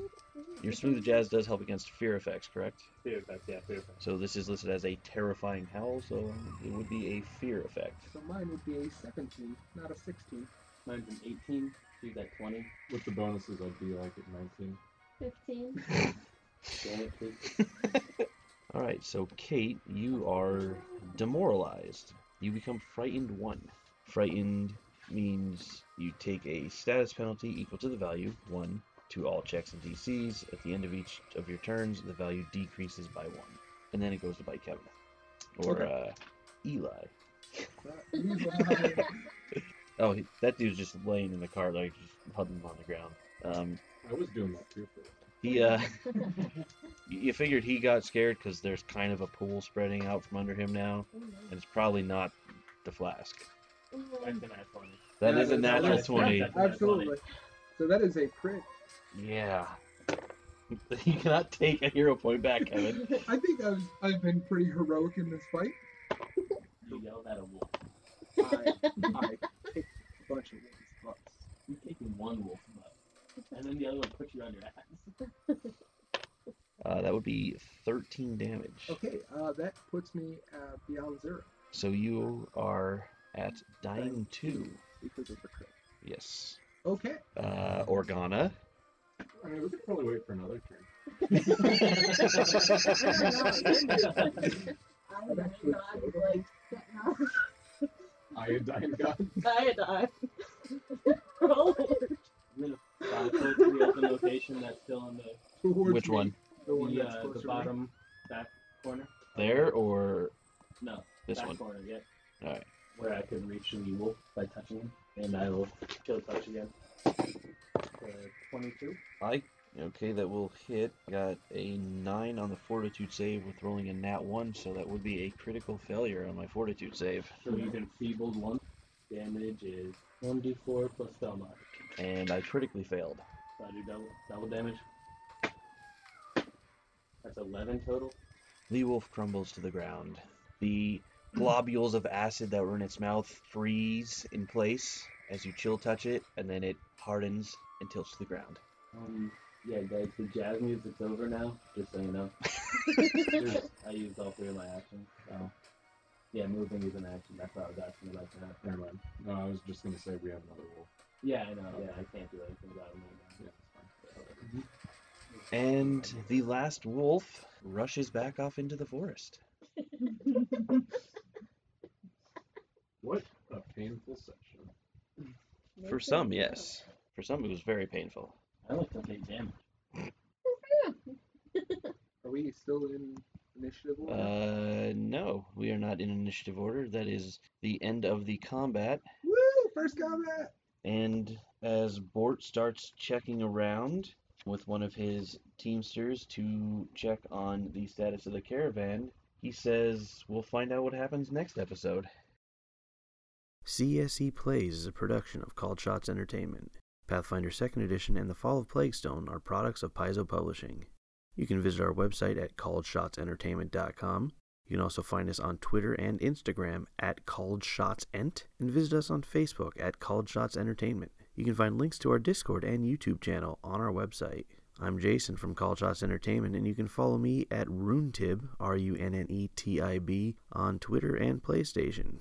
Speaker 1: Your smooth jazz does help against fear effects, correct?
Speaker 3: Fear effects, yeah, fear effects.
Speaker 1: So this is listed as a terrifying howl, so it would be a fear effect.
Speaker 2: So mine would be a 17, not a 16.
Speaker 3: Mine's an 18. She's at 20.
Speaker 4: With the bonuses, I'd be like at 19.
Speaker 5: 15.
Speaker 3: Damn it, please.
Speaker 1: All right, so Kate, you are demoralized. You become frightened one. Frightened means you take a status penalty equal to the value one to all checks and DCs. At the end of each of your turns, the value decreases by one, and then it goes to bite Kevin or uh, Eli. <laughs>
Speaker 2: But Levi,
Speaker 1: Oh, he- that dude's just laying in the car, like just huddling on the ground. Um,
Speaker 4: I was doing that too for a while.
Speaker 1: he uh, <laughs> you you figured he got scared because there's kind of a pool spreading out from under him now. and it's probably not the flask.
Speaker 3: That's an at 20.
Speaker 1: That
Speaker 2: Yeah,
Speaker 1: is a natural
Speaker 2: that's- that's-
Speaker 1: twenty.
Speaker 3: that's-
Speaker 2: Absolutely. So that is a crit.
Speaker 1: Yeah. <laughs> you cannot take a hero point back, Kevin.
Speaker 2: I think I've, I've been pretty heroic in this
Speaker 1: <laughs>
Speaker 2: fight.
Speaker 3: You yelled at a wolf.
Speaker 2: I, I kicked a bunch of women's butts.
Speaker 3: You've taken one wolf butt. And then the other one put you on your ass.
Speaker 1: Uh, that would be 13 damage.
Speaker 2: Okay, uh, that puts me uh, beyond zero
Speaker 1: So you are at dying two.
Speaker 2: because of the crit.
Speaker 1: Yes.
Speaker 2: Okay,
Speaker 1: Uh, Organa.
Speaker 4: I mean, we could probably wait for another turn.
Speaker 6: I'm actually like, getting <laughs> out of
Speaker 4: <laughs> Iodine gun.
Speaker 6: iodine. <laughs> Roll.
Speaker 3: I'm in a <laughs> five foot three open location that's still in the,
Speaker 2: towards
Speaker 1: Which
Speaker 2: me,
Speaker 1: one?
Speaker 2: The one
Speaker 3: the,
Speaker 2: that's
Speaker 3: uh,
Speaker 2: closer to
Speaker 3: the
Speaker 2: me.
Speaker 3: bottom back corner.
Speaker 1: There or
Speaker 3: No,
Speaker 1: this
Speaker 3: back
Speaker 1: one?
Speaker 3: corner. Yeah.
Speaker 1: Alright.
Speaker 3: Where I can reach the evil by touching him, and I will kill touch again. Uh, Twenty-two.
Speaker 1: I. Okay, that will hit. Got a 9 on the fortitude save with rolling a nat 1, so that would be a critical failure on my fortitude save.
Speaker 3: So he's enfeebled one. Damage is one d four plus spell mod.
Speaker 1: And I critically failed.
Speaker 3: So I do double double damage. That's eleven total.
Speaker 1: The wolf crumbles to the ground. The globules of acid that were in its mouth freeze in place as you chill touch it, and then it hardens and tilts to the ground.
Speaker 3: Um, yeah, guys, the jazz music's over now. Just so you know. There's- I used all three of my actions. So. Yeah, moving is an action. That's what I was asking about. That.
Speaker 4: Never mind. No, I was just gonna say we have another wolf.
Speaker 3: uh, Yeah, I know. Yeah, I can't do anything about it.
Speaker 4: Yeah,
Speaker 3: right now.
Speaker 1: And the last wolf rushes back off into the forest.
Speaker 4: What a painful session.
Speaker 1: For some, yes. For some, it was very painful.
Speaker 3: I like to play jam.
Speaker 2: Are we still in initiative order?
Speaker 1: Uh, no, we are not in initiative order. That is the end of the combat.
Speaker 2: Woo! First combat.
Speaker 1: And as Bort starts checking around with one of his teamsters to check on the status of the caravan, he says, We'll find out what happens next episode.
Speaker 7: CSE E Plays is a production of Called Shots Entertainment. Pathfinder 2nd Edition and The Fall of Plaguestone are products of Paizo Publishing. You can visit our website at calledshotsentertainment.com. You can also find us on Twitter and Instagram at calledshotsent and visit us on Facebook at Called Shots Entertainment. You can find links to our Discord and YouTube channel on our website. I'm Jason from Called Shots Entertainment, and you can follow me at Runetib, R U N N E T I B, on Twitter and PlayStation.